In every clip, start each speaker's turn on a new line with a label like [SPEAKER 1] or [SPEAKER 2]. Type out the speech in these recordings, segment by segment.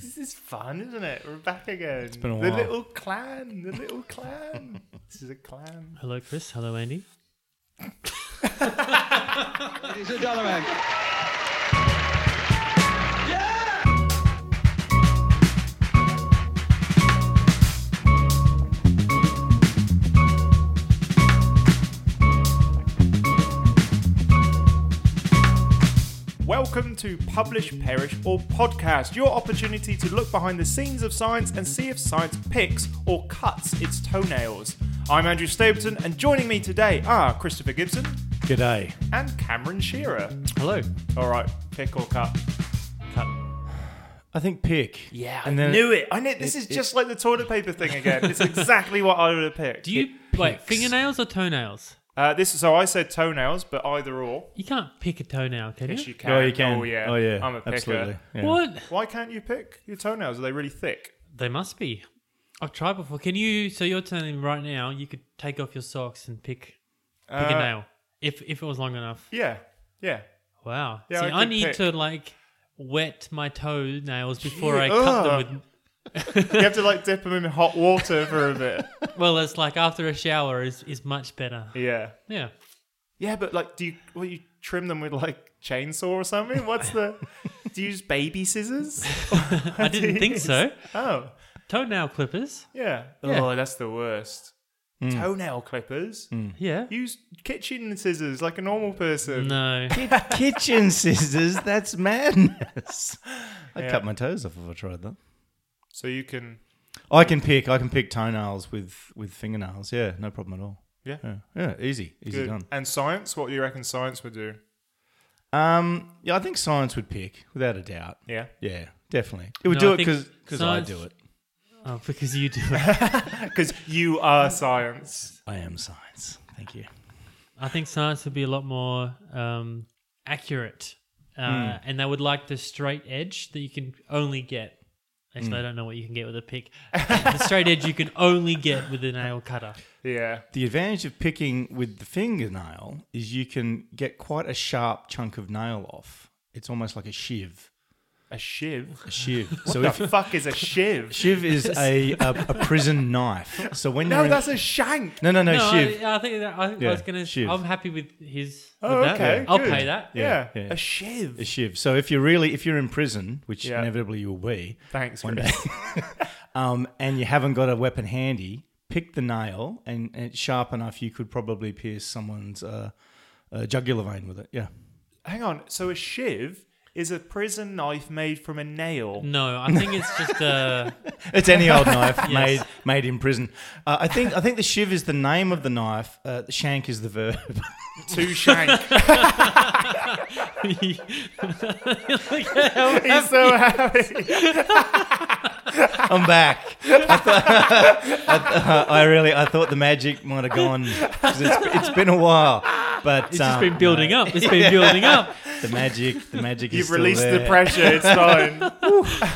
[SPEAKER 1] is fun, isn't it? We're back again. It's
[SPEAKER 2] been a
[SPEAKER 1] the
[SPEAKER 2] while.
[SPEAKER 1] little clan. The little clan. this is a clan.
[SPEAKER 3] Hello, Chris. Hello, Andy.
[SPEAKER 4] Ladies and gentlemen.
[SPEAKER 1] Welcome to Publish, Perish, or Podcast, your opportunity to look behind the scenes of science and see if science picks or cuts its toenails. I'm Andrew Stapleton, and joining me today are Christopher Gibson
[SPEAKER 2] G'day.
[SPEAKER 1] and Cameron Shearer.
[SPEAKER 3] Hello.
[SPEAKER 1] All right, pick or cut.
[SPEAKER 3] Cut.
[SPEAKER 2] I think pick. and
[SPEAKER 1] I
[SPEAKER 2] then
[SPEAKER 1] knew it. I knew this is just like the toilet paper thing again. It's exactly what I would have picked.
[SPEAKER 3] Do you wait
[SPEAKER 2] picks.
[SPEAKER 3] fingernails or toenails?
[SPEAKER 1] Uh, this so I said toenails, but either or.
[SPEAKER 3] You can't pick a toenail, can
[SPEAKER 1] Yes,
[SPEAKER 3] you?
[SPEAKER 1] you can.
[SPEAKER 2] oh, you can.
[SPEAKER 1] Oh yeah.
[SPEAKER 2] Oh yeah.
[SPEAKER 1] I'm a picker.
[SPEAKER 2] Absolutely. Yeah.
[SPEAKER 3] What?
[SPEAKER 1] Why can't you pick your toenails? Are they really thick?
[SPEAKER 3] They must be. I've tried before. Can you? So you're telling me right now you could take off your socks and pick pick a
[SPEAKER 1] Uh,
[SPEAKER 3] nail if if it was long enough.
[SPEAKER 1] Yeah. Yeah.
[SPEAKER 3] Wow.
[SPEAKER 1] Yeah,
[SPEAKER 3] See,
[SPEAKER 1] I
[SPEAKER 3] I,
[SPEAKER 1] could
[SPEAKER 3] need
[SPEAKER 1] pick.
[SPEAKER 3] to like wet my toenails before I
[SPEAKER 1] Gee,
[SPEAKER 3] cut
[SPEAKER 1] ugh.
[SPEAKER 3] them
[SPEAKER 1] You have to like dip them in hot water for a bit.
[SPEAKER 3] with. Well, it's like after a shower is is much better.
[SPEAKER 1] Yeah.
[SPEAKER 3] Yeah.
[SPEAKER 1] Yeah, but like, do you well you trim them with like chainsaw or something? What's the? do you use baby scissors?
[SPEAKER 3] I didn't think so.
[SPEAKER 1] Oh,
[SPEAKER 3] Toenail clippers.
[SPEAKER 1] yeah.
[SPEAKER 3] Yeah.
[SPEAKER 1] Oh, that's the worst.
[SPEAKER 2] Hmm.
[SPEAKER 1] Toenail clippers.
[SPEAKER 3] Yeah.
[SPEAKER 1] Use kitchen scissors like a normal person.
[SPEAKER 3] No.
[SPEAKER 2] Kitchen scissors. That's madness. I'd
[SPEAKER 1] Yeah.
[SPEAKER 2] cut my toes off if I tried that.
[SPEAKER 1] So you can.
[SPEAKER 2] I can pick. I can pick toenails with with fingernails. Yeah, no problem at all.
[SPEAKER 1] Yeah.
[SPEAKER 2] Yeah, yeah easy, easy
[SPEAKER 1] Good.
[SPEAKER 2] done.
[SPEAKER 1] And science? What do you reckon science would do?
[SPEAKER 2] Um, yeah, I think science would pick without a doubt.
[SPEAKER 1] Yeah.
[SPEAKER 2] Yeah, definitely. It would
[SPEAKER 3] No,
[SPEAKER 2] do
[SPEAKER 3] I
[SPEAKER 2] it
[SPEAKER 3] think
[SPEAKER 2] because I
[SPEAKER 3] science-
[SPEAKER 2] do it.
[SPEAKER 3] Oh, because you do it.
[SPEAKER 1] Because you are science.
[SPEAKER 2] I am science. Thank you.
[SPEAKER 3] I think science would be a lot more um, accurate. Uh,
[SPEAKER 2] Hmm.
[SPEAKER 3] And they would like the straight edge that you can only get.
[SPEAKER 2] Hmm.
[SPEAKER 3] Actually, I don't know what you can get with a pick. the straight edge you can only get with a nail cutter.
[SPEAKER 1] Yeah.
[SPEAKER 2] The advantage of picking with the fingernail is you can get quite a sharp chunk of nail off. It's almost like a shiv.
[SPEAKER 1] A shiv.
[SPEAKER 2] A shiv. so
[SPEAKER 1] The
[SPEAKER 2] if
[SPEAKER 1] fuck is a shiv?
[SPEAKER 2] shiv is a, a, a prison knife. So when you're
[SPEAKER 1] No,
[SPEAKER 2] in,
[SPEAKER 1] that's a shank.
[SPEAKER 2] no no no,
[SPEAKER 3] no,
[SPEAKER 2] shiv.
[SPEAKER 3] I, I think that I,
[SPEAKER 2] Yeah,
[SPEAKER 3] I was gonna.
[SPEAKER 2] shiv.
[SPEAKER 3] I'm happy with his.
[SPEAKER 1] Oh,
[SPEAKER 3] with that.
[SPEAKER 1] okay,
[SPEAKER 3] I'll
[SPEAKER 1] good.
[SPEAKER 3] pay that.
[SPEAKER 1] Yeah.
[SPEAKER 2] yeah.
[SPEAKER 1] A shiv.
[SPEAKER 2] a shiv. So if you're really if you're in prison, which
[SPEAKER 1] Yeah.
[SPEAKER 2] inevitably you will be,
[SPEAKER 1] Thanks,
[SPEAKER 2] one
[SPEAKER 1] Chris.
[SPEAKER 2] day, um, and you haven't got a weapon handy, pick the nail, and, and it's sharp enough you could probably pierce someone's uh, uh, jugular vein with it. Yeah.
[SPEAKER 1] Hang on. So a shiv is a prison knife made from a nail.
[SPEAKER 3] No, I think it's just uh,
[SPEAKER 2] It's any old knife
[SPEAKER 3] Yes.
[SPEAKER 2] made made in prison. Uh, I think I think the shiv is the name of the knife. Uh, the shank is the verb.
[SPEAKER 1] Two shank. He's so happy.
[SPEAKER 2] I'm back. I, thought, I, th- I really I thought the magic might have gone. 'cause It's, it's been a while, but
[SPEAKER 3] it's
[SPEAKER 2] um,
[SPEAKER 3] just been building up. It's been building up.
[SPEAKER 2] the magic the magic is
[SPEAKER 1] You've
[SPEAKER 2] still
[SPEAKER 1] released the
[SPEAKER 2] there.
[SPEAKER 1] pressure. It's fine.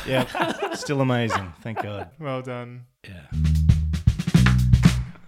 [SPEAKER 2] Yeah, still amazing. Thank God.
[SPEAKER 1] well done.
[SPEAKER 2] Yeah.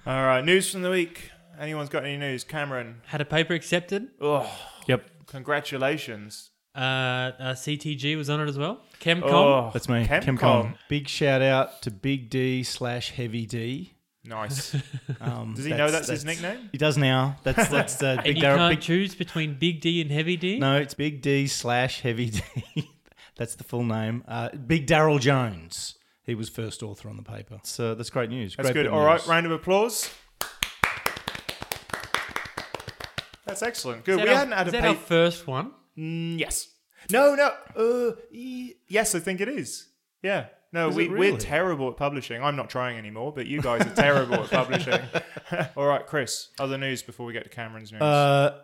[SPEAKER 1] All right. News from the week. Anyone's got any news? Cameron.
[SPEAKER 3] Had a paper accepted.
[SPEAKER 1] Oh,
[SPEAKER 2] Yep.
[SPEAKER 1] congratulations.
[SPEAKER 3] Uh, uh, CTG was on it as well. Chemcom.
[SPEAKER 1] Oh,
[SPEAKER 2] That's me.
[SPEAKER 1] Chemcom.
[SPEAKER 2] Chemcom. Big shout out to Big D slash Heavy D.
[SPEAKER 1] Nice.
[SPEAKER 2] Um,
[SPEAKER 1] Does he know that's his nickname?
[SPEAKER 2] He does now. That's that's uh,
[SPEAKER 3] And
[SPEAKER 2] Big
[SPEAKER 3] you
[SPEAKER 2] Darryl-
[SPEAKER 3] can't
[SPEAKER 2] Big
[SPEAKER 3] choose between big D and heavy D.
[SPEAKER 2] No, it's Big D slash Heavy D. That's the full name. Uh, Big Daryl Jones. He was first author on the paper. So that's great news.
[SPEAKER 1] That's good.
[SPEAKER 2] great bit of
[SPEAKER 1] All right,
[SPEAKER 2] news.
[SPEAKER 1] round of applause. That's excellent. Good.
[SPEAKER 3] Is that,
[SPEAKER 1] We
[SPEAKER 3] our,
[SPEAKER 1] hadn't had a
[SPEAKER 3] is that our
[SPEAKER 1] paper.
[SPEAKER 3] first one?
[SPEAKER 1] Mm, yes. No, no. Uh, e- yes, I think it is. Yeah. No,
[SPEAKER 2] Is
[SPEAKER 1] we,
[SPEAKER 2] it
[SPEAKER 1] we're
[SPEAKER 2] really?
[SPEAKER 1] terrible at publishing. I'm not trying anymore, but you guys are terrible at publishing. All right, Chris, other news before we get to Cameron's news.
[SPEAKER 2] Uh,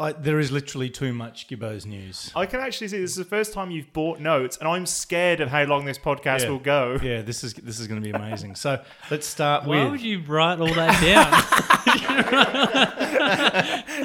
[SPEAKER 2] I, there is literally too much Gibbo's news.
[SPEAKER 1] I can actually see this is the first time you've bought notes, and I'm scared of how long this podcast
[SPEAKER 2] Yeah.
[SPEAKER 1] will go.
[SPEAKER 2] Yeah, this is this is going to be amazing. So let's start
[SPEAKER 3] Why
[SPEAKER 2] with.
[SPEAKER 3] would you write all that down?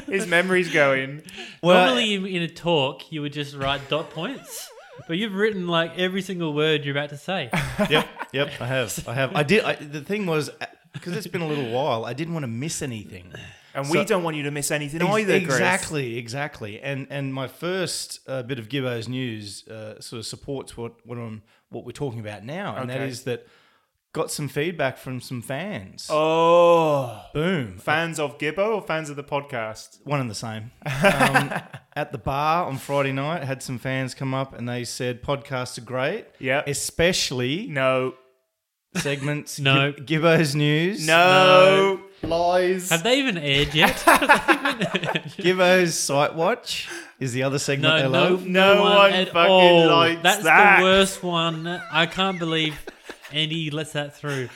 [SPEAKER 1] His memory's going.
[SPEAKER 2] Well,
[SPEAKER 3] Normally, in, in a talk, you would just write dot points, but you've written like every single word you're about to say.
[SPEAKER 2] yep, yep. uh, I have, I have. I did. I, the thing was, because it's been a little while, I didn't want to miss anything.
[SPEAKER 1] And we
[SPEAKER 2] So-
[SPEAKER 1] don't want you to miss anything
[SPEAKER 2] Ex-
[SPEAKER 1] either, Chris.
[SPEAKER 2] Exactly, exactly. And and my first uh, bit of Gibbo's news uh, sort of supports what what I'm what we're talking about now, and that
[SPEAKER 1] Okay.
[SPEAKER 2] is that got some feedback from some fans.
[SPEAKER 1] Oh.
[SPEAKER 2] Boom,
[SPEAKER 1] Fans of Gibbo or fans of the podcast?
[SPEAKER 2] one and the same. Um, at the bar on Friday night, had some fans come up and they said podcasts are great.
[SPEAKER 1] Yeah.
[SPEAKER 2] especially
[SPEAKER 1] No.
[SPEAKER 2] segments.
[SPEAKER 3] No.
[SPEAKER 2] Gib- Gibbo's news.
[SPEAKER 1] No. Lies.
[SPEAKER 3] Have they even aired yet?
[SPEAKER 2] Gibbo's sight watch is the other segment.
[SPEAKER 3] no,
[SPEAKER 2] they
[SPEAKER 3] no,
[SPEAKER 2] love.
[SPEAKER 1] No
[SPEAKER 3] no one,
[SPEAKER 1] one
[SPEAKER 3] at
[SPEAKER 1] fucking
[SPEAKER 3] all.
[SPEAKER 1] likes
[SPEAKER 3] That's
[SPEAKER 1] that.
[SPEAKER 3] the worst one. I can't believe Andy lets that through.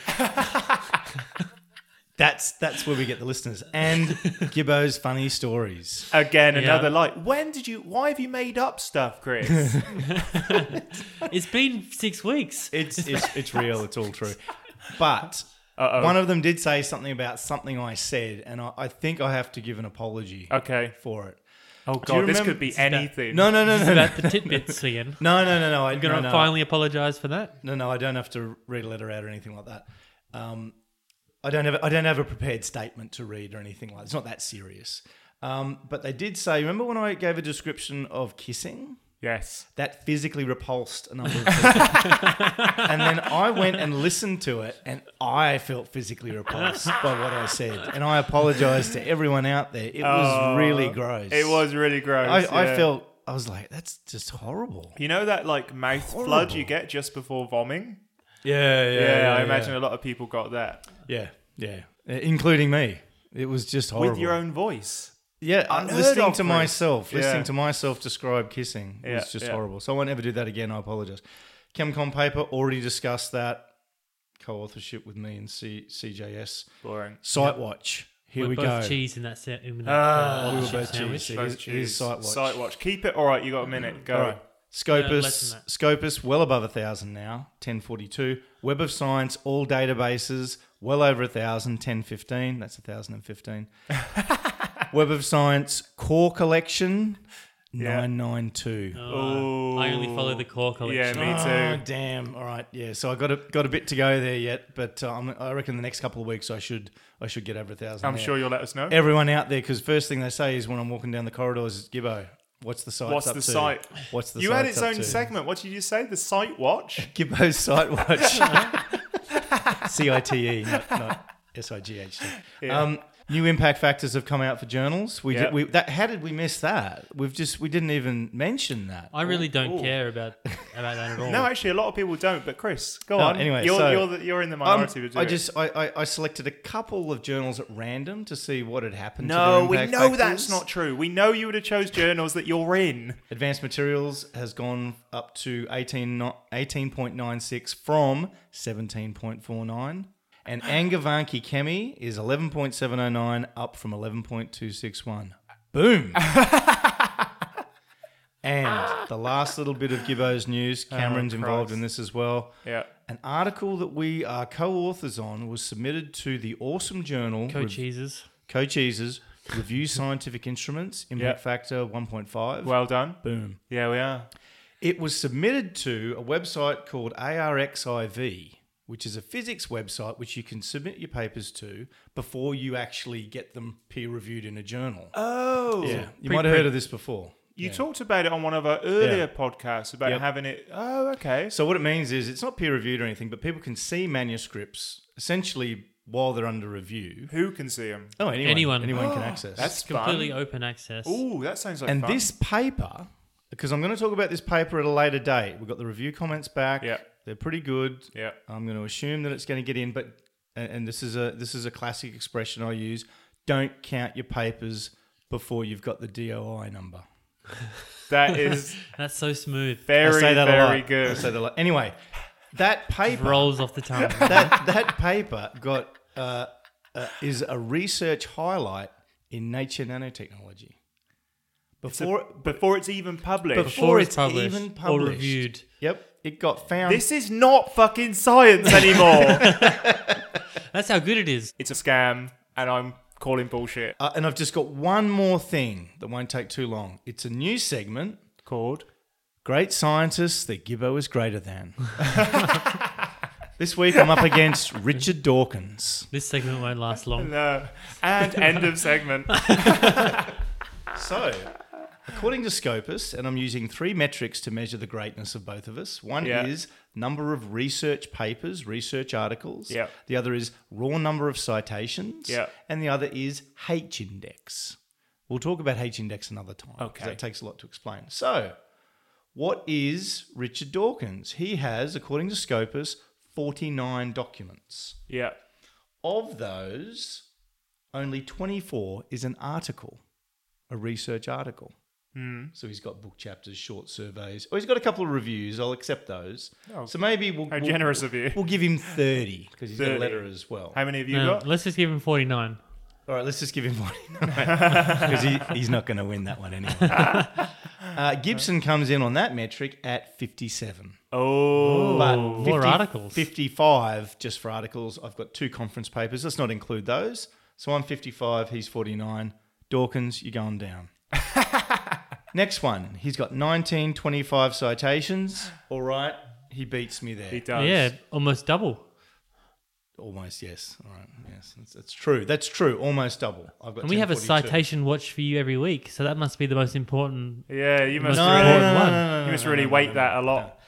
[SPEAKER 2] That's that's where we get the listeners and Gibbo's funny stories.
[SPEAKER 1] Again,
[SPEAKER 3] Yeah.
[SPEAKER 1] another lie. When did you. Why have you made up stuff, Chris?
[SPEAKER 3] It's been six weeks.
[SPEAKER 2] It's it's, it's real. It's all true. But
[SPEAKER 1] Uh-oh.
[SPEAKER 2] one of them did say something about something I said, and I, I think I have to give an apology
[SPEAKER 1] okay.
[SPEAKER 2] for it.
[SPEAKER 1] Oh,
[SPEAKER 2] you
[SPEAKER 1] God. This
[SPEAKER 2] remember-
[SPEAKER 1] could be anything.
[SPEAKER 2] No, no, no, no, no,
[SPEAKER 3] About the tidbits again.
[SPEAKER 2] no, no, no. no. I,
[SPEAKER 3] You're
[SPEAKER 2] no,
[SPEAKER 3] gonna
[SPEAKER 2] no,
[SPEAKER 3] finally apologise for that.
[SPEAKER 2] no, no. I don't have to read a letter out or anything like that. Um, I don't have I don't have a prepared statement to read or anything like. That. It's not that serious. Um, but they did say. Remember when I gave a description of kissing?
[SPEAKER 1] Yes.
[SPEAKER 2] that physically repulsed a number of people. and then I went and listened to it, and I felt physically repulsed by what I said. And I apologise to everyone out there. It was really gross.
[SPEAKER 1] Oh, It was really gross.
[SPEAKER 2] I,
[SPEAKER 1] yeah.
[SPEAKER 2] I felt. I was like, that's just horrible.
[SPEAKER 1] You know that like mouth flood you get just before vomiting?
[SPEAKER 2] Yeah, yeah.
[SPEAKER 1] Yeah, I imagine a lot of people got that
[SPEAKER 2] Yeah, yeah, Uh, including me. It was just horrible.
[SPEAKER 1] with your own voice.
[SPEAKER 2] yeah, uh,
[SPEAKER 1] unheard
[SPEAKER 2] listening
[SPEAKER 1] of,
[SPEAKER 2] to
[SPEAKER 1] Chris.
[SPEAKER 2] myself,
[SPEAKER 1] Yeah.
[SPEAKER 2] listening to myself describe kissing
[SPEAKER 1] Yeah,
[SPEAKER 2] was just
[SPEAKER 1] yeah.
[SPEAKER 2] horrible. So I won't ever do that again. I apologise. ChemCon paper already discussed that co-authorship with me and C- CJS.
[SPEAKER 1] Boring.
[SPEAKER 2] Sightwatch. Here
[SPEAKER 3] We're
[SPEAKER 2] we
[SPEAKER 3] both
[SPEAKER 2] go.
[SPEAKER 3] cheese in that, sa- in that
[SPEAKER 1] Ah,
[SPEAKER 3] uh,
[SPEAKER 2] we were
[SPEAKER 3] shit
[SPEAKER 2] both
[SPEAKER 3] sandwich.
[SPEAKER 2] cheese. Here's- here's Sightwatch.
[SPEAKER 1] Sightwatch. Keep it. All right, you got a minute. Go.
[SPEAKER 2] All right.
[SPEAKER 3] Yeah,
[SPEAKER 2] Scopus,
[SPEAKER 3] less than that.
[SPEAKER 2] Scopus, well above a thousand now, ten forty-two. Web of Science, all databases, well over a thousand, ten fifteen. That's a thousand and fifteen. Web of Science core collection,
[SPEAKER 1] Yeah.
[SPEAKER 2] nine nine two.
[SPEAKER 3] Uh, I only follow the core
[SPEAKER 1] Yeah,
[SPEAKER 3] collection.
[SPEAKER 1] me
[SPEAKER 2] Oh,
[SPEAKER 1] too.
[SPEAKER 2] damn! All right, yeah. So I got a got a bit to go there yet, but um, I reckon the next couple of weeks I should I should get over a thousand.
[SPEAKER 1] I'm
[SPEAKER 2] there.
[SPEAKER 1] sure you'll let us know.
[SPEAKER 2] everyone out there because first thing they say is when I'm walking down the corridors is Gibbo, what's the site?
[SPEAKER 1] What's
[SPEAKER 2] up
[SPEAKER 1] the
[SPEAKER 2] to?
[SPEAKER 1] site?
[SPEAKER 2] What's the
[SPEAKER 1] you had
[SPEAKER 2] site's
[SPEAKER 1] its
[SPEAKER 2] up
[SPEAKER 1] own
[SPEAKER 2] to?
[SPEAKER 1] segment. What did you say? The site watch?
[SPEAKER 2] Gibbo's site watch. C I T E, not, not S I G H T.
[SPEAKER 1] Yeah.
[SPEAKER 2] Um, new impact factors have come out for journals. We,
[SPEAKER 1] Yeah.
[SPEAKER 2] did, we that how did we miss that? We've just we didn't even mention that.
[SPEAKER 3] I really don't
[SPEAKER 1] Ooh.
[SPEAKER 3] care about about that at all.
[SPEAKER 1] No, actually, a lot of people don't. But Chris, go
[SPEAKER 2] No,
[SPEAKER 1] on.
[SPEAKER 2] anyway,
[SPEAKER 1] you're,
[SPEAKER 2] so-
[SPEAKER 1] you're, the, you're in the
[SPEAKER 2] Um,
[SPEAKER 1] minority. to do
[SPEAKER 2] I
[SPEAKER 1] it.
[SPEAKER 2] just I, I, I selected a couple of journals at random to see what had happened. to
[SPEAKER 1] no.
[SPEAKER 2] their
[SPEAKER 1] We know
[SPEAKER 2] impact
[SPEAKER 1] that's
[SPEAKER 2] factors.
[SPEAKER 1] not true. We know you would have chose journals that you're in.
[SPEAKER 2] Advanced Materials has gone up to 18, no- 18.96 from 17.49. And Angavanki Kemi is 11.709 up from 11.261. Boom! and the last little bit of Gibbo's news, Cameron's involved in this as well.
[SPEAKER 1] Yeah.
[SPEAKER 2] An article that we are co authors on was submitted to the awesome journal
[SPEAKER 3] Co
[SPEAKER 2] Rev-
[SPEAKER 3] cheeses.
[SPEAKER 2] Co-Cheeses Review Scientific Instruments, Impact Factor 1.5.
[SPEAKER 1] Well done.
[SPEAKER 2] Boom.
[SPEAKER 1] Yeah, we are.
[SPEAKER 2] It was submitted to a website called ARXIV, which is a physics website which you can submit your papers to before you actually get them peer reviewed in a journal.
[SPEAKER 1] Oh.
[SPEAKER 2] yeah, you might have heard of this before.
[SPEAKER 1] You
[SPEAKER 2] Yeah.
[SPEAKER 1] talked about it on one of our earlier podcasts about
[SPEAKER 2] Yep.
[SPEAKER 1] having it. Oh, okay.
[SPEAKER 2] So what it means is it's not peer reviewed or anything, but people can see manuscripts essentially while they're under review.
[SPEAKER 1] Who can see them?
[SPEAKER 2] Oh, anyone,
[SPEAKER 3] Anyone.
[SPEAKER 2] can access.
[SPEAKER 1] That's
[SPEAKER 3] Completely
[SPEAKER 1] Fun.
[SPEAKER 3] open access.
[SPEAKER 1] Oh, that sounds like
[SPEAKER 2] and
[SPEAKER 1] fun.
[SPEAKER 2] this paper, because I'm going to talk about this paper at a later date. We've got the review comments back.
[SPEAKER 1] Yeah.
[SPEAKER 2] they're pretty good.
[SPEAKER 1] Yeah.
[SPEAKER 2] I'm going to assume that it's going to get in, but and, and this is a this is a classic expression I use. Don't count your papers before you've got the DOI number.
[SPEAKER 1] That is
[SPEAKER 3] That's so smooth.
[SPEAKER 1] very,
[SPEAKER 2] I say that a
[SPEAKER 1] very
[SPEAKER 2] lot. I
[SPEAKER 1] good.
[SPEAKER 2] say that a lot. Anyway, that paper
[SPEAKER 3] Rolls off the tongue.
[SPEAKER 2] that that paper got uh, uh, is a research highlight in Nature Nanotechnology. Before
[SPEAKER 1] Before it's even published.
[SPEAKER 2] before
[SPEAKER 3] it's
[SPEAKER 2] it's
[SPEAKER 3] published
[SPEAKER 2] even
[SPEAKER 3] or
[SPEAKER 2] published
[SPEAKER 3] reviewed.
[SPEAKER 2] Yep, it got found.
[SPEAKER 1] This is not fucking science anymore.
[SPEAKER 3] That's how good it is.
[SPEAKER 1] it's a scam, and I'm calling bullshit.
[SPEAKER 2] uh, and I've just got one more thing that won't take too long. It's a new segment
[SPEAKER 1] Called.
[SPEAKER 2] Great scientists that Gibbo is greater than. This week I'm up against Richard Dawkins.
[SPEAKER 3] This segment won't last long.
[SPEAKER 1] No. And end of segment.
[SPEAKER 2] So, according to Scopus, and I'm using three metrics to measure the greatness of both of us. One
[SPEAKER 1] Yeah.
[SPEAKER 2] is number of research papers, research articles.
[SPEAKER 1] Yeah.
[SPEAKER 2] The other is raw number of citations.
[SPEAKER 1] Yeah.
[SPEAKER 2] And the other is H index. We'll talk about H index another time. 'cause
[SPEAKER 1] Okay.
[SPEAKER 2] That takes a lot to explain. So, what is Richard Dawkins? He has, according to Scopus, 49 documents.
[SPEAKER 1] Yeah.
[SPEAKER 2] Of those, only 24 is an article, a research article.
[SPEAKER 1] Hmm.
[SPEAKER 2] So he's got book chapters, short surveys. Oh, he's got a couple of reviews. I'll accept those.
[SPEAKER 1] Oh,
[SPEAKER 2] so maybe we'll,
[SPEAKER 1] How
[SPEAKER 2] we'll-
[SPEAKER 1] generous of you.
[SPEAKER 2] We'll give him 30 because he's got
[SPEAKER 1] 30.
[SPEAKER 2] a letter as well.
[SPEAKER 1] How many have you
[SPEAKER 3] No,
[SPEAKER 1] got?
[SPEAKER 3] let's just give him 49.
[SPEAKER 2] All right, let's just give him 49 because he, he's not going to win that one anyway. uh, Gibson comes in on that metric at 57.
[SPEAKER 1] Oh.
[SPEAKER 2] But
[SPEAKER 3] more articles.
[SPEAKER 2] 55 just for articles. I've got two conference papers. Let's not include those. So I'm 55, he's 49. Dawkins, you're going down. Next one. He's got 19, 25 citations. All right. He beats me there.
[SPEAKER 1] He does.
[SPEAKER 3] Yeah, almost double.
[SPEAKER 2] Almost, yes. All right. Yes. That's, that's true. That's true. Almost double. I've got
[SPEAKER 3] And we have a
[SPEAKER 2] 1042.
[SPEAKER 3] citation watch for you every week, so that must be the most important.
[SPEAKER 1] Yeah, you must
[SPEAKER 3] No,
[SPEAKER 1] really,
[SPEAKER 3] no, no, no,
[SPEAKER 2] no, no,
[SPEAKER 1] you must
[SPEAKER 2] no,
[SPEAKER 1] really
[SPEAKER 2] no,
[SPEAKER 1] weight
[SPEAKER 2] no,
[SPEAKER 1] that a lot.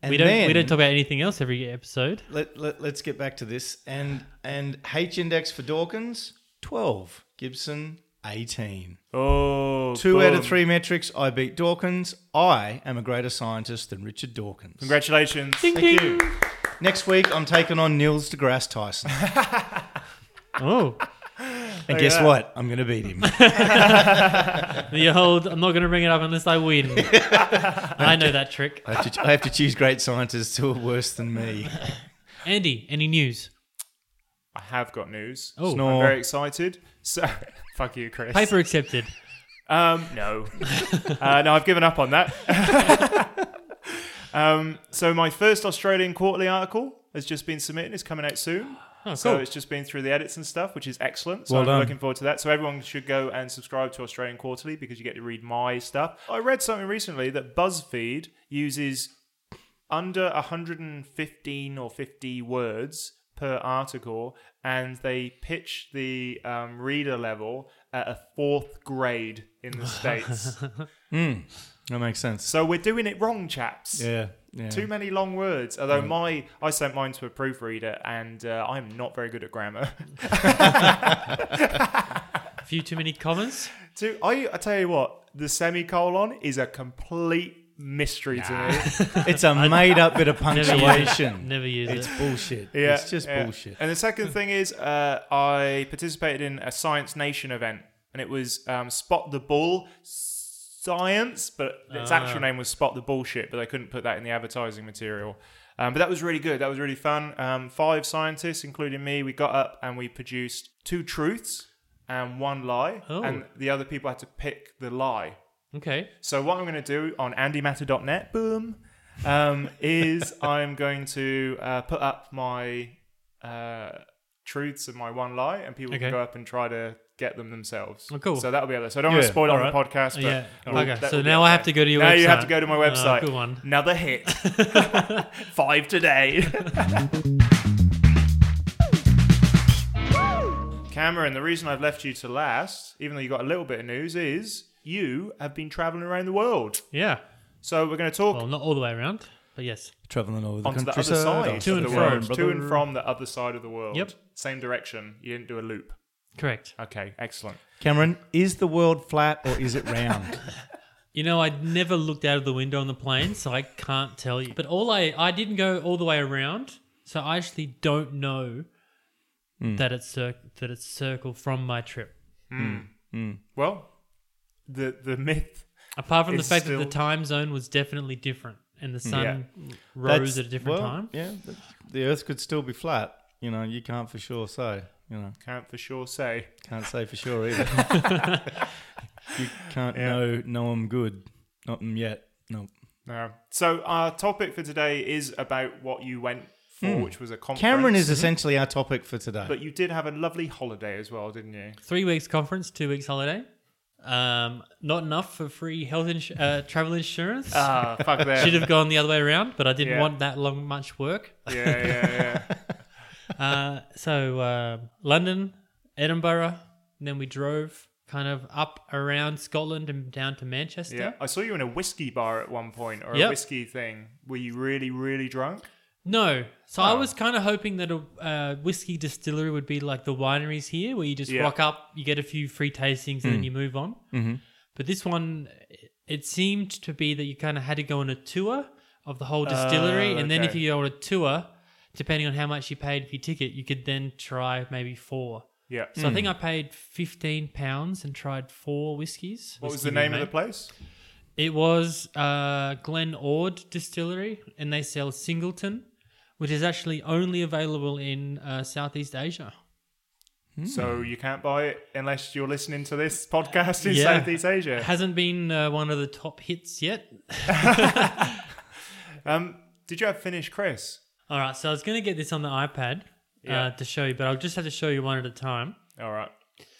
[SPEAKER 2] And
[SPEAKER 3] we don't we
[SPEAKER 2] then-
[SPEAKER 3] don't talk about anything else every episode.
[SPEAKER 2] let, let, let's get back to this. And and H index for Dawkins, 12. Gibson, 18.
[SPEAKER 1] Oh,
[SPEAKER 2] Two out of
[SPEAKER 1] boom.
[SPEAKER 2] three metrics, I beat Dawkins. I am a greater scientist than Richard Dawkins.
[SPEAKER 1] Congratulations.
[SPEAKER 3] Ding
[SPEAKER 2] Thank you.
[SPEAKER 3] ding.
[SPEAKER 2] Next week, I'm taking on Niels deGrasse Tyson.
[SPEAKER 3] Oh,
[SPEAKER 2] And guess
[SPEAKER 1] that.
[SPEAKER 2] what? I'm going to beat him.
[SPEAKER 3] the old. I'm not going to bring it up unless I win. I know that trick.
[SPEAKER 2] I have, to, I have to choose great scientists who are worse than me.
[SPEAKER 3] Andy, any news?
[SPEAKER 1] I have got news.
[SPEAKER 3] Oh.
[SPEAKER 1] I'm
[SPEAKER 2] Snore.
[SPEAKER 1] very excited. So, fuck you, Chris.
[SPEAKER 3] Paper accepted.
[SPEAKER 1] Um, no, uh, no, I've given up on that. um, so my first Australian quarterly article has just been submitted. It's coming out soon.
[SPEAKER 3] Oh,
[SPEAKER 1] So
[SPEAKER 3] cool.
[SPEAKER 1] it's just been through the edits and stuff, which is excellent. So
[SPEAKER 2] Well
[SPEAKER 1] I'm
[SPEAKER 2] done.
[SPEAKER 1] looking forward to that. So everyone should go and subscribe to Australian Quarterly because you get to read my stuff. I read something recently that BuzzFeed uses under 115 or 50 words per article, and they pitch the um, reader level at a fourth grade in the states.
[SPEAKER 2] That makes sense.
[SPEAKER 1] so we're doing it wrong, chaps.
[SPEAKER 2] Yeah. Mm. yeah.
[SPEAKER 1] Too many long words. Although my, I sent mine to a proofreader, and uh, I'm not very good at grammar.
[SPEAKER 3] A few too many commas.
[SPEAKER 1] Dude, I, I tell you what, the semicolon is a complete mystery to me.
[SPEAKER 2] It's a made up bit of
[SPEAKER 3] Never use it.
[SPEAKER 2] punctuation.
[SPEAKER 3] Never use
[SPEAKER 2] It's
[SPEAKER 3] it.
[SPEAKER 2] bullshit.
[SPEAKER 1] Yeah,
[SPEAKER 2] it's just
[SPEAKER 1] yeah.
[SPEAKER 2] bullshit.
[SPEAKER 1] And the second thing is, uh, I participated in a Science Nation event, and it was um, Spot the Bull Science, but its
[SPEAKER 2] Ah.
[SPEAKER 1] actual name was Spot the Bullshit, but they couldn't put that in the advertising material. Um, but that was really good. That was really fun. Um, five scientists, including me, we got up and we produced two truths and one lie,
[SPEAKER 3] Oh.
[SPEAKER 1] and the other people had to pick the lie.
[SPEAKER 3] Okay.
[SPEAKER 1] So what I'm going to do on andymatter.net, boom, um, is I'm going to uh, put up my uh, truths and my one lie, and people
[SPEAKER 3] Okay.
[SPEAKER 1] can go up and try to get them themselves.
[SPEAKER 3] Oh, cool.
[SPEAKER 1] So that'll be out there. So I don't
[SPEAKER 2] Yeah,
[SPEAKER 1] want to spoil it on
[SPEAKER 2] alright.
[SPEAKER 1] the podcast. But
[SPEAKER 3] Oh, Yeah.
[SPEAKER 1] we'll-
[SPEAKER 3] Okay.
[SPEAKER 1] that
[SPEAKER 3] So
[SPEAKER 1] will be
[SPEAKER 3] now
[SPEAKER 1] up
[SPEAKER 3] I have
[SPEAKER 1] there.
[SPEAKER 3] to go to your
[SPEAKER 1] now
[SPEAKER 3] website.
[SPEAKER 1] you have to go to my
[SPEAKER 3] Ah,
[SPEAKER 1] website.
[SPEAKER 3] good one.
[SPEAKER 1] Another hit. Five today. Cameron, the reason I've left you to last, even though you got a little bit of news, is you have been traveling around the world.
[SPEAKER 3] Yeah.
[SPEAKER 1] So we're going to talk
[SPEAKER 3] Well, not all the way around, but yes.
[SPEAKER 2] Traveling all over the
[SPEAKER 1] onto the
[SPEAKER 2] country.
[SPEAKER 1] other side
[SPEAKER 3] To
[SPEAKER 1] of
[SPEAKER 3] and
[SPEAKER 1] the
[SPEAKER 3] from,
[SPEAKER 1] world, to
[SPEAKER 2] brother.
[SPEAKER 1] and from the other side of the world.
[SPEAKER 3] Yep.
[SPEAKER 1] Same direction. You didn't do a loop.
[SPEAKER 3] Correct.
[SPEAKER 1] Okay, excellent.
[SPEAKER 2] Cameron, is the world flat or is it round?
[SPEAKER 3] You know, I'd never looked out of the window on the plane, so I can't tell you. But all I I didn't go all the way around, so I actually don't know
[SPEAKER 1] Hmm.
[SPEAKER 3] that it's cir- that it's circle from my trip.
[SPEAKER 1] Well, the the myth.
[SPEAKER 3] Apart from
[SPEAKER 1] It's
[SPEAKER 3] the fact that
[SPEAKER 1] still- Hmm.
[SPEAKER 3] the time zone was definitely different and the sun
[SPEAKER 2] That's-
[SPEAKER 3] rose at a different
[SPEAKER 2] well,
[SPEAKER 3] time.
[SPEAKER 2] Yeah, th- the Earth could still be flat. You know, you can't for sure say. You know,
[SPEAKER 1] Can't for sure say.
[SPEAKER 2] can't say for sure either. you can't know. No, I'm good. Not mm, yet. No.
[SPEAKER 1] No. So our topic for today is about what you went for, which was a conference.
[SPEAKER 2] Cameron is essentially our topic for today.
[SPEAKER 1] But you did have a lovely holiday as well, didn't you?
[SPEAKER 3] Three weeks conference, two weeks holiday. Um, not enough for free health ins- uh, travel insurance.
[SPEAKER 1] Ah, fuck that.
[SPEAKER 3] Should have gone the other way around, but I didn't
[SPEAKER 1] Yeah.
[SPEAKER 3] want that long much work.
[SPEAKER 1] Yeah, yeah, yeah.
[SPEAKER 3] Uh, so uh, London, Edinburgh, and then we drove kind of up around Scotland and down to Manchester.
[SPEAKER 1] yeah. I saw you in a whiskey bar at one point or a
[SPEAKER 3] Yep.
[SPEAKER 1] whiskey thing. Were you really, really drunk?
[SPEAKER 3] No, so
[SPEAKER 1] Oh.
[SPEAKER 3] I was kind of hoping that a uh, whiskey distillery would be like the wineries here, where you just
[SPEAKER 1] Yeah. Mm.
[SPEAKER 3] rock up, you get a few free tastings, and then you move on. Mm-hmm. But this one, it- it seemed to be that you kind of had to go on a tour of the whole distillery,
[SPEAKER 1] Oh,
[SPEAKER 3] and then if
[SPEAKER 1] okay.
[SPEAKER 3] you go on a tour, depending on how much you paid for your ticket, you could then try maybe four.
[SPEAKER 1] Yeah.
[SPEAKER 3] So I think I paid fifteen pounds and tried four whiskies.
[SPEAKER 1] What was the name of the place?
[SPEAKER 3] It was uh, Glen Ord Distillery, and they sell Singleton, which is actually only available in uh, Southeast Asia.
[SPEAKER 1] So you can't buy it unless you're listening to this podcast in
[SPEAKER 3] Yeah.
[SPEAKER 1] Southeast
[SPEAKER 3] It
[SPEAKER 1] Asia.
[SPEAKER 3] hasn't been uh, one of the top hits yet.
[SPEAKER 1] Um, did you have Finnish Chris?
[SPEAKER 3] All right, so I was going to get this on the iPad
[SPEAKER 1] Yeah.
[SPEAKER 3] uh, to show you, but I'll just have to show you one at a time.
[SPEAKER 1] All right.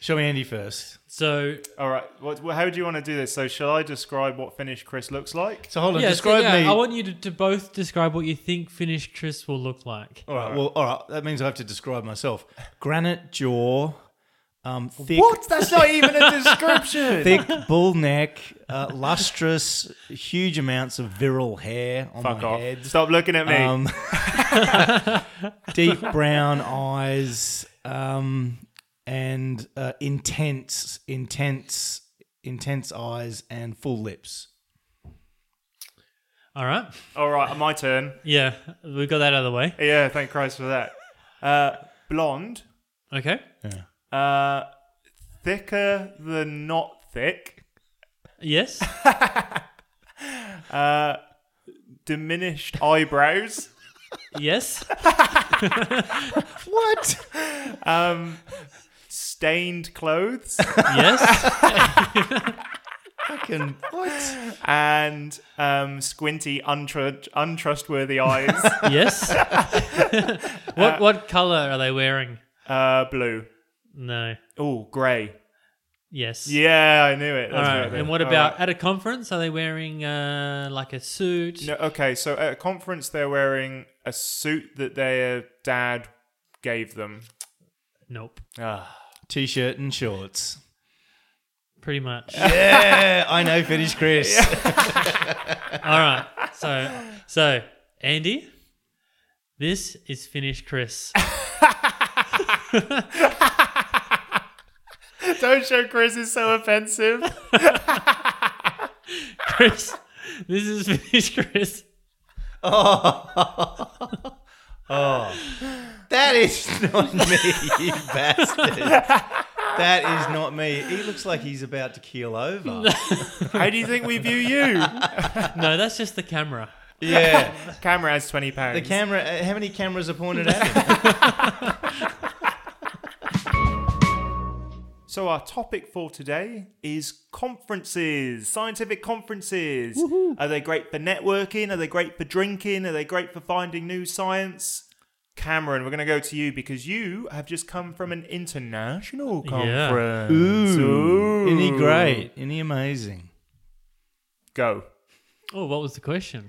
[SPEAKER 2] Show me Andy first.
[SPEAKER 3] So
[SPEAKER 1] All right. What, well, how do you want to do this? So shall I describe what Finnish Chris looks like?
[SPEAKER 2] So hold on,
[SPEAKER 3] yeah, so,
[SPEAKER 2] describe
[SPEAKER 3] yeah,
[SPEAKER 2] me.
[SPEAKER 3] I want you to, to both describe what you think finished Chris will look like.
[SPEAKER 2] all right, well, all right. That means I have to describe myself. Granite jaw, um, thick,
[SPEAKER 1] That's not even a description.
[SPEAKER 2] thick bull neck, uh, lustrous, huge amounts of virile hair on
[SPEAKER 1] Fuck
[SPEAKER 2] my
[SPEAKER 1] off.
[SPEAKER 2] head.
[SPEAKER 1] Stop looking at me.
[SPEAKER 2] Um, deep brown eyes um, and uh, intense, intense, intense eyes and full lips.
[SPEAKER 3] All right,
[SPEAKER 1] All right. My turn.
[SPEAKER 3] yeah, we got that out of the way.
[SPEAKER 1] Yeah. Thank Christ for that. Uh, blonde.
[SPEAKER 3] Okay,
[SPEAKER 1] Uh, thicker than not thick.
[SPEAKER 3] yes.
[SPEAKER 1] Uh, diminished eyebrows.
[SPEAKER 3] Yes.
[SPEAKER 2] What?
[SPEAKER 1] Um, stained clothes.
[SPEAKER 3] Yes.
[SPEAKER 2] Fucking what?
[SPEAKER 1] and um, squinty, untru- untrustworthy eyes.
[SPEAKER 3] Yes. what what color are they wearing?
[SPEAKER 1] uh, blue.
[SPEAKER 3] No.
[SPEAKER 1] Oh, grey.
[SPEAKER 3] Yes.
[SPEAKER 1] Yeah, I knew it.
[SPEAKER 3] All
[SPEAKER 1] That's
[SPEAKER 3] right.
[SPEAKER 1] I did.
[SPEAKER 3] And what
[SPEAKER 1] All
[SPEAKER 3] about
[SPEAKER 1] right.
[SPEAKER 3] at a conference? Are they wearing uh, like a suit?
[SPEAKER 1] No, okay, so at a conference, they're wearing a suit that their dad gave them.
[SPEAKER 3] Nope.
[SPEAKER 2] T-shirt and shorts.
[SPEAKER 3] Pretty much.
[SPEAKER 2] Yeah, I know Finnish Chris.
[SPEAKER 3] All right. So so Andy, this is finished, Chris.
[SPEAKER 1] Don't show Chris is so offensive.
[SPEAKER 3] Chris, this is finished, Chris.
[SPEAKER 2] Oh. That is not me, you bastard. That is not me. He looks like he's about to keel over.
[SPEAKER 1] How do you think we view you?
[SPEAKER 3] No, that's just the camera.
[SPEAKER 2] Yeah.
[SPEAKER 1] Camera has twenty pounds.
[SPEAKER 2] The camera, uh, how many cameras are pointed at him?
[SPEAKER 1] So our topic for today is conferences, scientific conferences. Are they great for networking? Are they great for drinking? Are they great for finding new science? Cameron, we're going to go to you because you have just come from an international
[SPEAKER 3] Yeah.
[SPEAKER 1] conference.
[SPEAKER 2] Ooh.
[SPEAKER 1] Ooh.
[SPEAKER 2] Any great? Any amazing?
[SPEAKER 1] Go.
[SPEAKER 3] Oh, what was the question?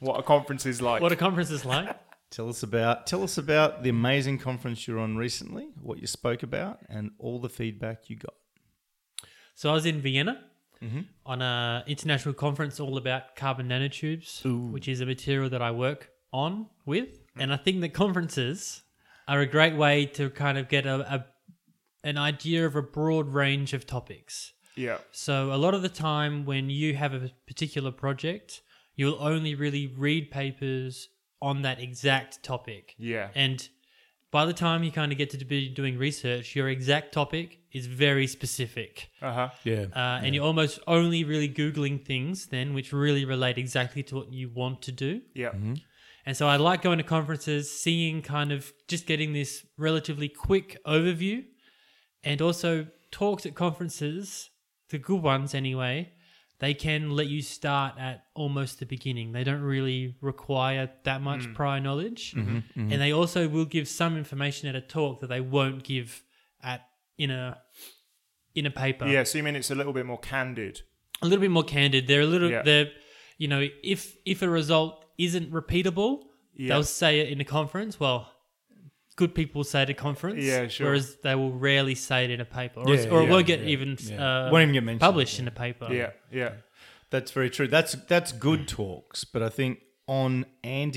[SPEAKER 1] What a conference is like.
[SPEAKER 3] What a conference is like?
[SPEAKER 2] Tell us about tell us about the amazing conference you're on recently, what you spoke about, and all the feedback you got.
[SPEAKER 3] So I was in Vienna on a international conference all about carbon nanotubes, which is a material that I work on with. And I think that conferences are a great way to kind of get a, a an idea of a broad range of topics.
[SPEAKER 1] yeah.
[SPEAKER 3] So a lot of the time when you have a particular project, you'll only really read papers on that exact topic.
[SPEAKER 1] Yeah.
[SPEAKER 3] And by the time you kind of get to be doing research, your exact topic is very specific.
[SPEAKER 1] Uh huh.
[SPEAKER 2] Yeah.
[SPEAKER 3] Uh, and you're almost only really googling things then which really relate exactly to what you want to do
[SPEAKER 1] Yeah.
[SPEAKER 3] and so i like going to conferences seeing kind of just getting this relatively quick overview and also talks at conferences the good ones anyway they can let you start at almost the beginning they don't really require that much prior knowledge and they also will give some information at a talk that they won't give at in a in a paper.
[SPEAKER 1] Yeah, so you mean it's a little bit more candid?
[SPEAKER 3] a little bit more candid. They're a little
[SPEAKER 1] Yeah.
[SPEAKER 3] they're you know, if if a result isn't repeatable,
[SPEAKER 1] Yeah.
[SPEAKER 3] they'll say it in a conference. Well, good people say it at a conference.
[SPEAKER 1] Yeah, sure.
[SPEAKER 3] Whereas they will rarely say it in a paper. Or,
[SPEAKER 2] Yeah,
[SPEAKER 3] or it
[SPEAKER 2] yeah,
[SPEAKER 3] won't get
[SPEAKER 2] yeah,
[SPEAKER 3] even
[SPEAKER 2] yeah.
[SPEAKER 3] uh,
[SPEAKER 2] Won't even get mentioned,
[SPEAKER 3] published
[SPEAKER 2] yeah.
[SPEAKER 3] in a paper.
[SPEAKER 1] Yeah, yeah.
[SPEAKER 2] That's very true. That's that's good talks, but I think on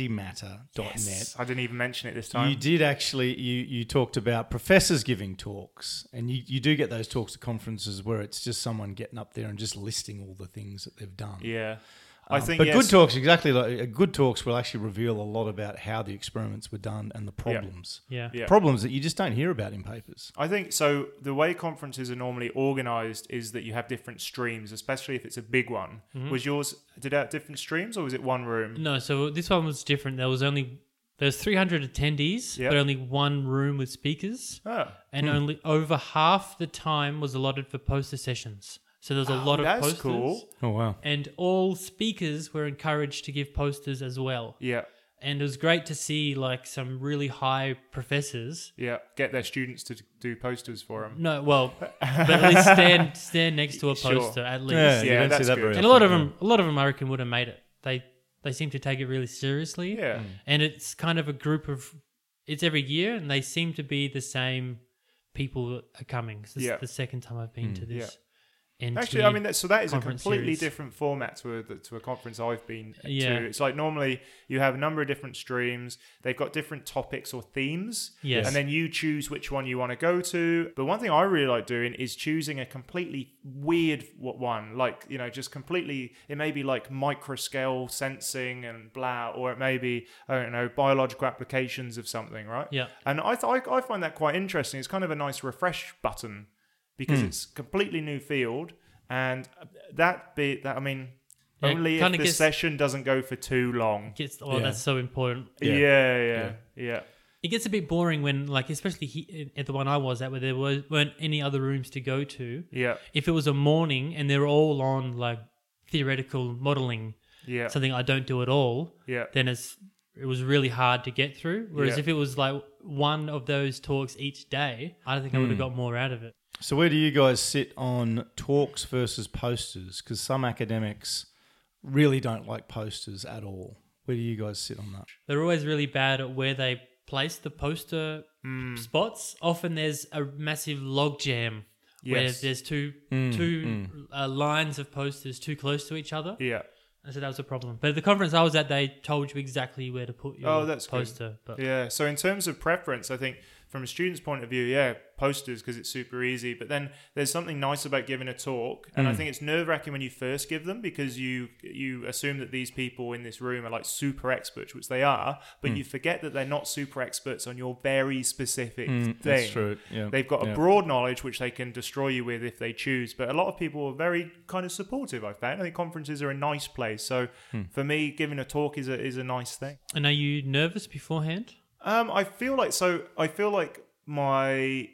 [SPEAKER 2] andymatter.net
[SPEAKER 1] Yes. I didn't even mention it this
[SPEAKER 2] you
[SPEAKER 1] time.
[SPEAKER 2] did actually you you talked about professors giving talks and you, you do get those talks at conferences where it's just someone getting up there and just listing all the things that they've done.
[SPEAKER 1] yeah. I
[SPEAKER 2] Um,
[SPEAKER 1] think
[SPEAKER 2] but
[SPEAKER 1] yes.
[SPEAKER 2] good talks exactly like uh, good talks will actually reveal a lot about how the experiments were done and the problems.
[SPEAKER 3] Yeah.
[SPEAKER 1] Yeah.
[SPEAKER 2] Problems that you just don't hear about in papers.
[SPEAKER 1] I think so. The way conferences are normally organized is that you have different streams, especially if it's a big one. Was yours did it have different streams or was it one room?
[SPEAKER 3] No, so this one was different. There was only there's 300 attendees,
[SPEAKER 1] Yeah.
[SPEAKER 3] but only one room with speakers,
[SPEAKER 1] Oh,
[SPEAKER 3] and
[SPEAKER 2] Hmm.
[SPEAKER 3] only over half the time was allotted for poster sessions. So there's a lot of
[SPEAKER 1] Ah, that's
[SPEAKER 3] posters.
[SPEAKER 1] cool.
[SPEAKER 2] Oh wow.
[SPEAKER 3] and all speakers were encouraged to give posters as well.
[SPEAKER 1] Yeah,
[SPEAKER 3] And it was great to see like some really high professors.
[SPEAKER 1] yeah. Get their students to do posters for them.
[SPEAKER 3] No, well, but at least stand stand next to a
[SPEAKER 1] Sure.
[SPEAKER 3] poster at least.
[SPEAKER 2] Yeah,
[SPEAKER 1] Yeah,
[SPEAKER 2] you don't see
[SPEAKER 1] that's
[SPEAKER 2] that
[SPEAKER 1] good.
[SPEAKER 2] very
[SPEAKER 3] And a lot of
[SPEAKER 2] often.
[SPEAKER 3] them, a lot of them, I reckon, would have made it. They they seem to take it really seriously.
[SPEAKER 1] Yeah,
[SPEAKER 3] And it's kind of a group of, it's every year, and they seem to be the same people that are coming. So this
[SPEAKER 1] Yeah. Mm.
[SPEAKER 3] is the second time I've been to this. And
[SPEAKER 1] Actually, I mean, that, so that is a
[SPEAKER 3] conference
[SPEAKER 1] completely
[SPEAKER 3] series.
[SPEAKER 1] different format to a, to a conference I've been
[SPEAKER 3] Yeah.
[SPEAKER 1] to. It's like normally you have a number of different streams. They've got different topics or themes,
[SPEAKER 3] Yes.
[SPEAKER 1] and then you choose which one you want to go to. But one thing I really like doing is choosing a completely weird w- one, like you know, just completely. It may be like microscale sensing and blah, or it may be I don't know biological applications of something, right?
[SPEAKER 3] Yeah.
[SPEAKER 1] And I, th- I I find that quite interesting. It's kind of a nice refresh button because
[SPEAKER 3] Hmm.
[SPEAKER 1] it's completely new field, and uh, that be that I mean,
[SPEAKER 3] Yeah,
[SPEAKER 1] only if
[SPEAKER 3] kinda
[SPEAKER 1] the
[SPEAKER 3] gets-
[SPEAKER 1] session doesn't go for too long.
[SPEAKER 3] gets, oh,
[SPEAKER 2] Yeah.
[SPEAKER 3] that's so important.
[SPEAKER 1] Yeah,
[SPEAKER 2] Yeah.
[SPEAKER 1] yeah, yeah. yeah.
[SPEAKER 3] it gets a bit boring when like especially he, at the one I was at where there was, weren't any other rooms to go to. If it was a morning and they're all on like theoretical modeling,
[SPEAKER 1] Yeah,
[SPEAKER 3] something I don't do at all,
[SPEAKER 1] yeah,
[SPEAKER 3] then it's it was really hard to get through. Whereas
[SPEAKER 1] Yeah.
[SPEAKER 3] if it was like one of those talks each day, I don't think I would have
[SPEAKER 1] Hmm.
[SPEAKER 3] got more out of it.
[SPEAKER 2] So where do you guys sit on talks versus posters? Because some academics really don't like posters at all. Where do you guys sit on that?
[SPEAKER 3] They're always really bad at where they place the poster
[SPEAKER 1] Hmm.
[SPEAKER 3] spots. Often there's a massive logjam where
[SPEAKER 1] Yes. Hmm.
[SPEAKER 3] there's two two Uh, lines of posters too close to each other.
[SPEAKER 1] yeah.
[SPEAKER 3] And so that was a problem. But at the conference I was at, they told you exactly where to put your
[SPEAKER 1] Oh, that's good.
[SPEAKER 3] poster. But
[SPEAKER 1] Yeah. So in terms of preference, I think from a student's point of view, yeah, posters because it's super easy. But then there's something nice about giving a talk, and
[SPEAKER 2] Mm.
[SPEAKER 1] I think it's nerve wracking when you first give them because you you assume that these people in this room are like super experts, which they are, but
[SPEAKER 2] Mm.
[SPEAKER 1] you forget that they're not super experts on your very specific thing.
[SPEAKER 2] Mm, that's true, yeah,
[SPEAKER 1] They've got a
[SPEAKER 2] yeah.
[SPEAKER 1] broad knowledge which they can destroy you with if they choose. But a lot of people are very kind of supportive. I found. I think conferences are a nice place. So
[SPEAKER 2] Hmm.
[SPEAKER 1] for me, giving a talk is a is a nice thing.
[SPEAKER 3] and are you nervous beforehand?
[SPEAKER 1] Um, I feel like so. I feel like my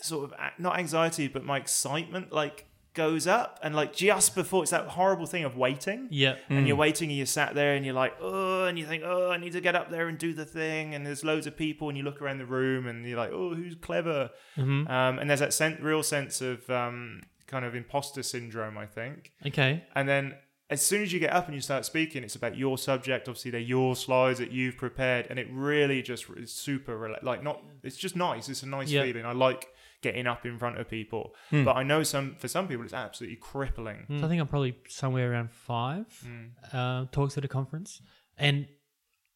[SPEAKER 1] sort of a- not anxiety, but my excitement like goes up, and like just before it's that horrible thing of waiting.
[SPEAKER 3] Yeah.
[SPEAKER 1] And you're waiting, and you're sat there, and you're like, oh, and you think, oh, I need to get up there and do the thing. And there's loads of people, and you look around the room, and you're like, oh, who's clever? Um, and there's that sen- real sense of um, kind of imposter syndrome, I think.
[SPEAKER 3] Okay.
[SPEAKER 1] And then as soon as you get up and you start speaking, it's about your subject. Obviously, they're your slides that you've prepared, and it really just is super rela- like not. It's just nice. It's a nice
[SPEAKER 3] Yeah.
[SPEAKER 1] feeling. I like getting up in front of people, but I know some for some people it's absolutely crippling.
[SPEAKER 3] So I think I'm probably somewhere around five
[SPEAKER 1] Mm.
[SPEAKER 3] uh, talks at a conference, and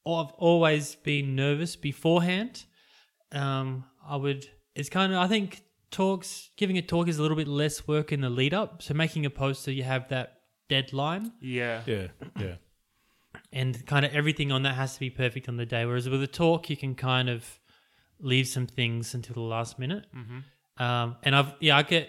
[SPEAKER 3] I've always been nervous beforehand. Um, I would. It's kind of. I think talks, giving a talk, is a little bit less work in the lead up. So making a poster, you have that deadline,
[SPEAKER 1] Yeah,
[SPEAKER 2] Yeah, yeah.
[SPEAKER 3] and kind of everything on that has to be perfect on the day. Whereas with a talk, you can kind of leave some things until the last minute. Mm-hmm. Um, and I've yeah, I get,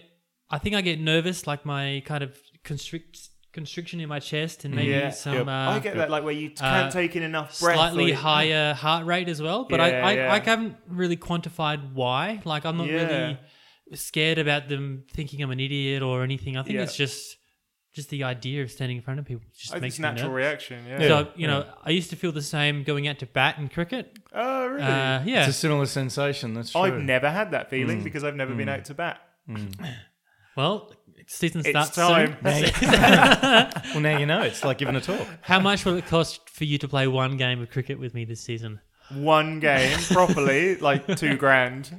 [SPEAKER 3] I think I get nervous, like my kind of constrict constriction in my chest, and maybe
[SPEAKER 1] Yeah.
[SPEAKER 3] some
[SPEAKER 2] Yep.
[SPEAKER 3] uh,
[SPEAKER 1] I get that like where you can't
[SPEAKER 3] uh,
[SPEAKER 1] take in enough breath.
[SPEAKER 3] slightly
[SPEAKER 1] or-
[SPEAKER 3] higher heart rate as well. But
[SPEAKER 1] Yeah,
[SPEAKER 3] I, I,
[SPEAKER 1] yeah.
[SPEAKER 3] I haven't really quantified why. Like I'm not
[SPEAKER 1] Yeah.
[SPEAKER 3] really scared about them thinking I'm an idiot or anything. I think
[SPEAKER 1] Yeah.
[SPEAKER 3] it's just just the idea of standing in front of people just
[SPEAKER 1] I think
[SPEAKER 3] makes
[SPEAKER 1] It's
[SPEAKER 3] me
[SPEAKER 1] natural
[SPEAKER 3] nervous.
[SPEAKER 1] reaction. Yeah.
[SPEAKER 3] So you know, I used to feel the same going out to bat in cricket.
[SPEAKER 1] oh, really?
[SPEAKER 3] Uh, yeah,
[SPEAKER 2] It's a similar sensation. That's true.
[SPEAKER 1] I've never had that feeling because I've never been out to bat.
[SPEAKER 3] Well, season
[SPEAKER 1] It's
[SPEAKER 3] starts
[SPEAKER 1] time.
[SPEAKER 3] soon.
[SPEAKER 2] Well, now you know. It's like giving a talk.
[SPEAKER 3] How much will it cost for you to play one game of cricket with me this season?
[SPEAKER 1] One game properly, like two grand.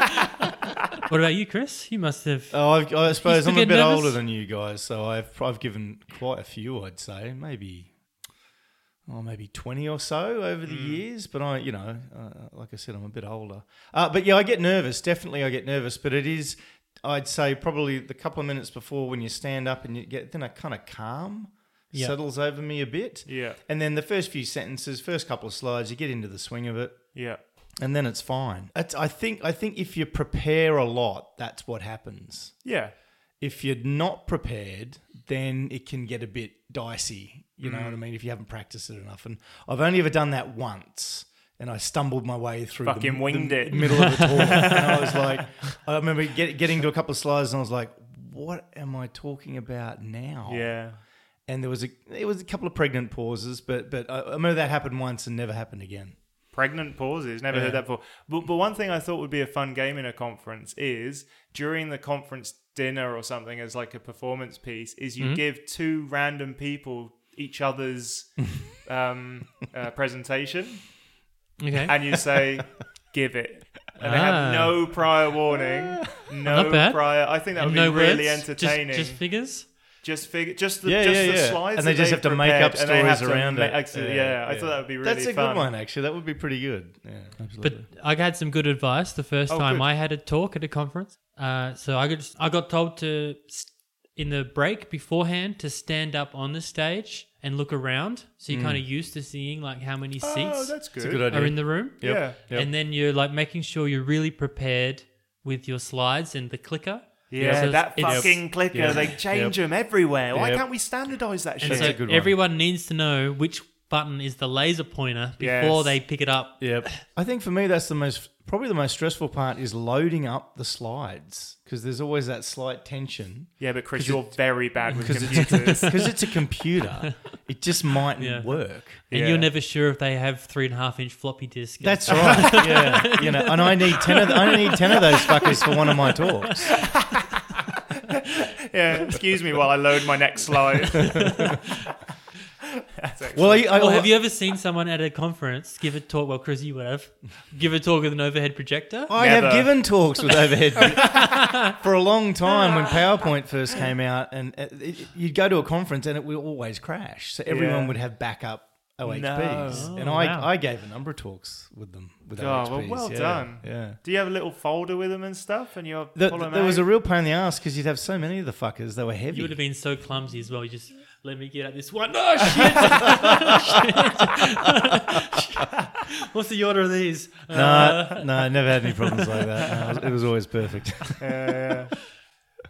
[SPEAKER 3] What about you, Chris? You must
[SPEAKER 1] Um,
[SPEAKER 3] have.
[SPEAKER 2] Oh, I've, I suppose I'm a
[SPEAKER 3] get
[SPEAKER 2] bit
[SPEAKER 3] nervous?
[SPEAKER 2] older than you guys, so I've I've given quite a few. I'd say maybe, oh, maybe twenty or so over the
[SPEAKER 3] Hmm.
[SPEAKER 2] years. But I, you know, uh, like I said, I'm a bit older. Uh, but yeah, I get nervous. Definitely, I get nervous. But it is, I'd say, probably the couple of minutes before when you stand up and you get then a kind of calm
[SPEAKER 3] Yeah.
[SPEAKER 2] settles over me a bit.
[SPEAKER 1] Yeah.
[SPEAKER 2] And then the first few sentences, first couple of slides, you get into the swing of it
[SPEAKER 1] Yeah.
[SPEAKER 2] and then it's fine. It's, I think I think if you prepare a lot, that's what happens.
[SPEAKER 1] Yeah.
[SPEAKER 2] If you're not prepared, then it can get a bit dicey. You know
[SPEAKER 1] Mm.
[SPEAKER 2] what I mean? If you haven't practiced it enough, and I've only ever done that once, and I stumbled my way through. the-
[SPEAKER 1] Fucking winged
[SPEAKER 2] the
[SPEAKER 1] it.
[SPEAKER 2] Middle of the talk, and I was like, I remember get, getting to a couple of slides, and I was like, "What am I talking about now?"
[SPEAKER 1] Yeah.
[SPEAKER 2] And there was a it was a couple of pregnant pauses, but but I, I remember that happened once and never happened again.
[SPEAKER 1] Pregnant pauses. Never heard that before. But but one thing I thought would be a fun game in a conference is during the conference dinner or something as like a performance piece is
[SPEAKER 2] Mm-hmm.
[SPEAKER 1] you give two random people each other's um, uh, presentation
[SPEAKER 3] Okay.
[SPEAKER 1] and you say give it. And they have
[SPEAKER 3] Ah.
[SPEAKER 1] no prior
[SPEAKER 2] Ah.
[SPEAKER 1] warning, no
[SPEAKER 3] Not bad.
[SPEAKER 1] prior. I think that
[SPEAKER 3] and
[SPEAKER 1] would
[SPEAKER 3] no
[SPEAKER 1] be really
[SPEAKER 3] words, just-
[SPEAKER 1] entertaining.
[SPEAKER 3] Just, figures.
[SPEAKER 1] Just figure, just the,
[SPEAKER 2] Yeah,
[SPEAKER 1] just
[SPEAKER 2] yeah,
[SPEAKER 1] the
[SPEAKER 2] yeah.
[SPEAKER 1] slides,
[SPEAKER 2] And they
[SPEAKER 1] that
[SPEAKER 2] just
[SPEAKER 1] they've
[SPEAKER 2] have to make
[SPEAKER 1] prepared,
[SPEAKER 2] up
[SPEAKER 1] and they have
[SPEAKER 2] stories
[SPEAKER 1] to
[SPEAKER 2] around
[SPEAKER 1] ma-
[SPEAKER 2] it.
[SPEAKER 1] actually, yeah,
[SPEAKER 2] Yeah,
[SPEAKER 1] I
[SPEAKER 2] yeah.
[SPEAKER 1] thought that would be really
[SPEAKER 2] That's a
[SPEAKER 1] fun.
[SPEAKER 2] good one, actually. That would be pretty good. Yeah,
[SPEAKER 3] But
[SPEAKER 2] absolutely.
[SPEAKER 3] I had some good advice the first
[SPEAKER 1] Oh,
[SPEAKER 3] time
[SPEAKER 1] good.
[SPEAKER 3] I had a talk at a conference. Uh, so I got I got told to s- in the break beforehand to stand up on the stage and look around, so you're kind of used to seeing like how many
[SPEAKER 1] Hmm. Oh,
[SPEAKER 3] seats
[SPEAKER 1] that's good.
[SPEAKER 2] It's a good idea.
[SPEAKER 3] are in the room.
[SPEAKER 2] Yep,
[SPEAKER 1] Yeah.
[SPEAKER 2] yep.
[SPEAKER 3] And then you're like making sure you're really prepared with your slides and the clicker.
[SPEAKER 1] Yeah,
[SPEAKER 3] So
[SPEAKER 1] that
[SPEAKER 3] it's-
[SPEAKER 1] fucking clicker.
[SPEAKER 2] Yep.
[SPEAKER 1] They change them everywhere. Why
[SPEAKER 2] Yep.
[SPEAKER 1] can't we standardize that
[SPEAKER 3] And
[SPEAKER 1] shit?
[SPEAKER 2] That's a
[SPEAKER 3] so
[SPEAKER 2] good one.
[SPEAKER 3] everyone needs to know which button is the laser pointer
[SPEAKER 1] Yes.
[SPEAKER 3] before they pick it up.
[SPEAKER 2] Yep. I think for me, that's the most probably the most stressful part is loading up the slides because there's always that slight tension
[SPEAKER 1] yeah, but Chris,
[SPEAKER 2] 'Cause
[SPEAKER 1] you're very bad with computers.
[SPEAKER 2] because it's a computer. it just mightn't
[SPEAKER 3] Yeah.
[SPEAKER 2] work.
[SPEAKER 3] And
[SPEAKER 1] Yeah.
[SPEAKER 3] you're never sure if they have three and a half inch floppy disk.
[SPEAKER 2] That's right. Yeah, you know, and I need ten of th- I only need ten of those fuckers for one of my talks.
[SPEAKER 1] yeah, excuse me while I load my next slide. That's excellent.
[SPEAKER 2] Well, I, I,
[SPEAKER 3] Or have you ever seen someone at a conference give a talk? Well, Chris, you would have. Give a talk with an overhead projector.
[SPEAKER 2] I have
[SPEAKER 1] Never.
[SPEAKER 2] given talks with overhead for a long time when PowerPoint first came out, and uh, it, you'd go to a conference and it would always crash. So everyone
[SPEAKER 1] Yeah.
[SPEAKER 2] would have backup OHPs,
[SPEAKER 1] No.
[SPEAKER 2] and
[SPEAKER 3] Oh,
[SPEAKER 2] I,
[SPEAKER 3] wow.
[SPEAKER 2] I gave a number of talks with them with
[SPEAKER 1] Oh,
[SPEAKER 2] OHPs.
[SPEAKER 1] well, well
[SPEAKER 2] yeah,
[SPEAKER 1] done.
[SPEAKER 2] Yeah.
[SPEAKER 1] Do you have a little folder with them and stuff? And you
[SPEAKER 2] The,
[SPEAKER 1] pull them
[SPEAKER 2] there
[SPEAKER 1] out?
[SPEAKER 2] was a real pain in the ass because you'd have so many of the fuckers. They were heavy.
[SPEAKER 3] You would have been so clumsy as well. You just let me get at this one. Oh, No shit. What's the order of these? Uh,
[SPEAKER 2] no, no, I never had any problems like that. No, it was- it was always perfect.
[SPEAKER 1] yeah.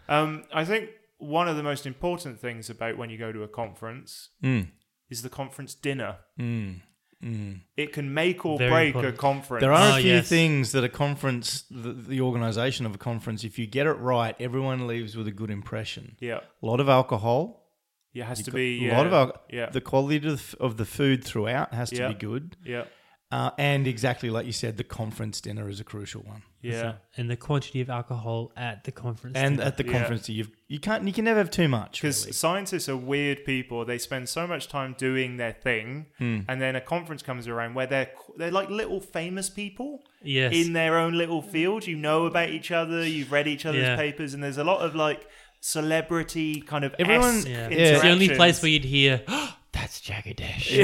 [SPEAKER 1] Um, I think one of the most important things about when you go to a conference
[SPEAKER 2] Hmm.
[SPEAKER 1] is the conference dinner. It can make or
[SPEAKER 3] Very
[SPEAKER 1] break
[SPEAKER 3] important.
[SPEAKER 1] a conference.
[SPEAKER 2] There are
[SPEAKER 3] Oh,
[SPEAKER 2] a few
[SPEAKER 3] yes.
[SPEAKER 2] things that a conference, the, the organisation of a conference, if you get it right, everyone leaves with a good impression.
[SPEAKER 1] yeah,
[SPEAKER 2] A lot of alcohol.
[SPEAKER 1] it has to
[SPEAKER 2] Got
[SPEAKER 1] be
[SPEAKER 2] a lot of alcohol.
[SPEAKER 1] Yeah,
[SPEAKER 2] The quality of the, of the food throughout has to
[SPEAKER 1] Yeah.
[SPEAKER 2] be good.
[SPEAKER 1] yeah,
[SPEAKER 2] Uh, and exactly like you said, the conference dinner is a crucial one.
[SPEAKER 1] yeah.
[SPEAKER 3] And the quantity of alcohol at the conference.
[SPEAKER 2] And
[SPEAKER 3] dinner.
[SPEAKER 2] at the
[SPEAKER 1] Yeah.
[SPEAKER 2] conference, you've, you can't you can never have too much.
[SPEAKER 1] Because
[SPEAKER 2] really.
[SPEAKER 1] scientists are weird people. They spend so much time doing their thing,
[SPEAKER 2] Hmm.
[SPEAKER 1] and then a conference comes around where they're they're like little famous people
[SPEAKER 3] yes.
[SPEAKER 1] in their own little field. You know about each other. You've read each other's
[SPEAKER 3] Yeah.
[SPEAKER 1] papers, and there's a lot of like celebrity kind of
[SPEAKER 2] Everyone-
[SPEAKER 1] esque
[SPEAKER 3] yeah.
[SPEAKER 2] Yeah.
[SPEAKER 3] It's the only
[SPEAKER 1] interactions.
[SPEAKER 3] place where you'd hear, that's Jagger Dash.
[SPEAKER 1] yeah,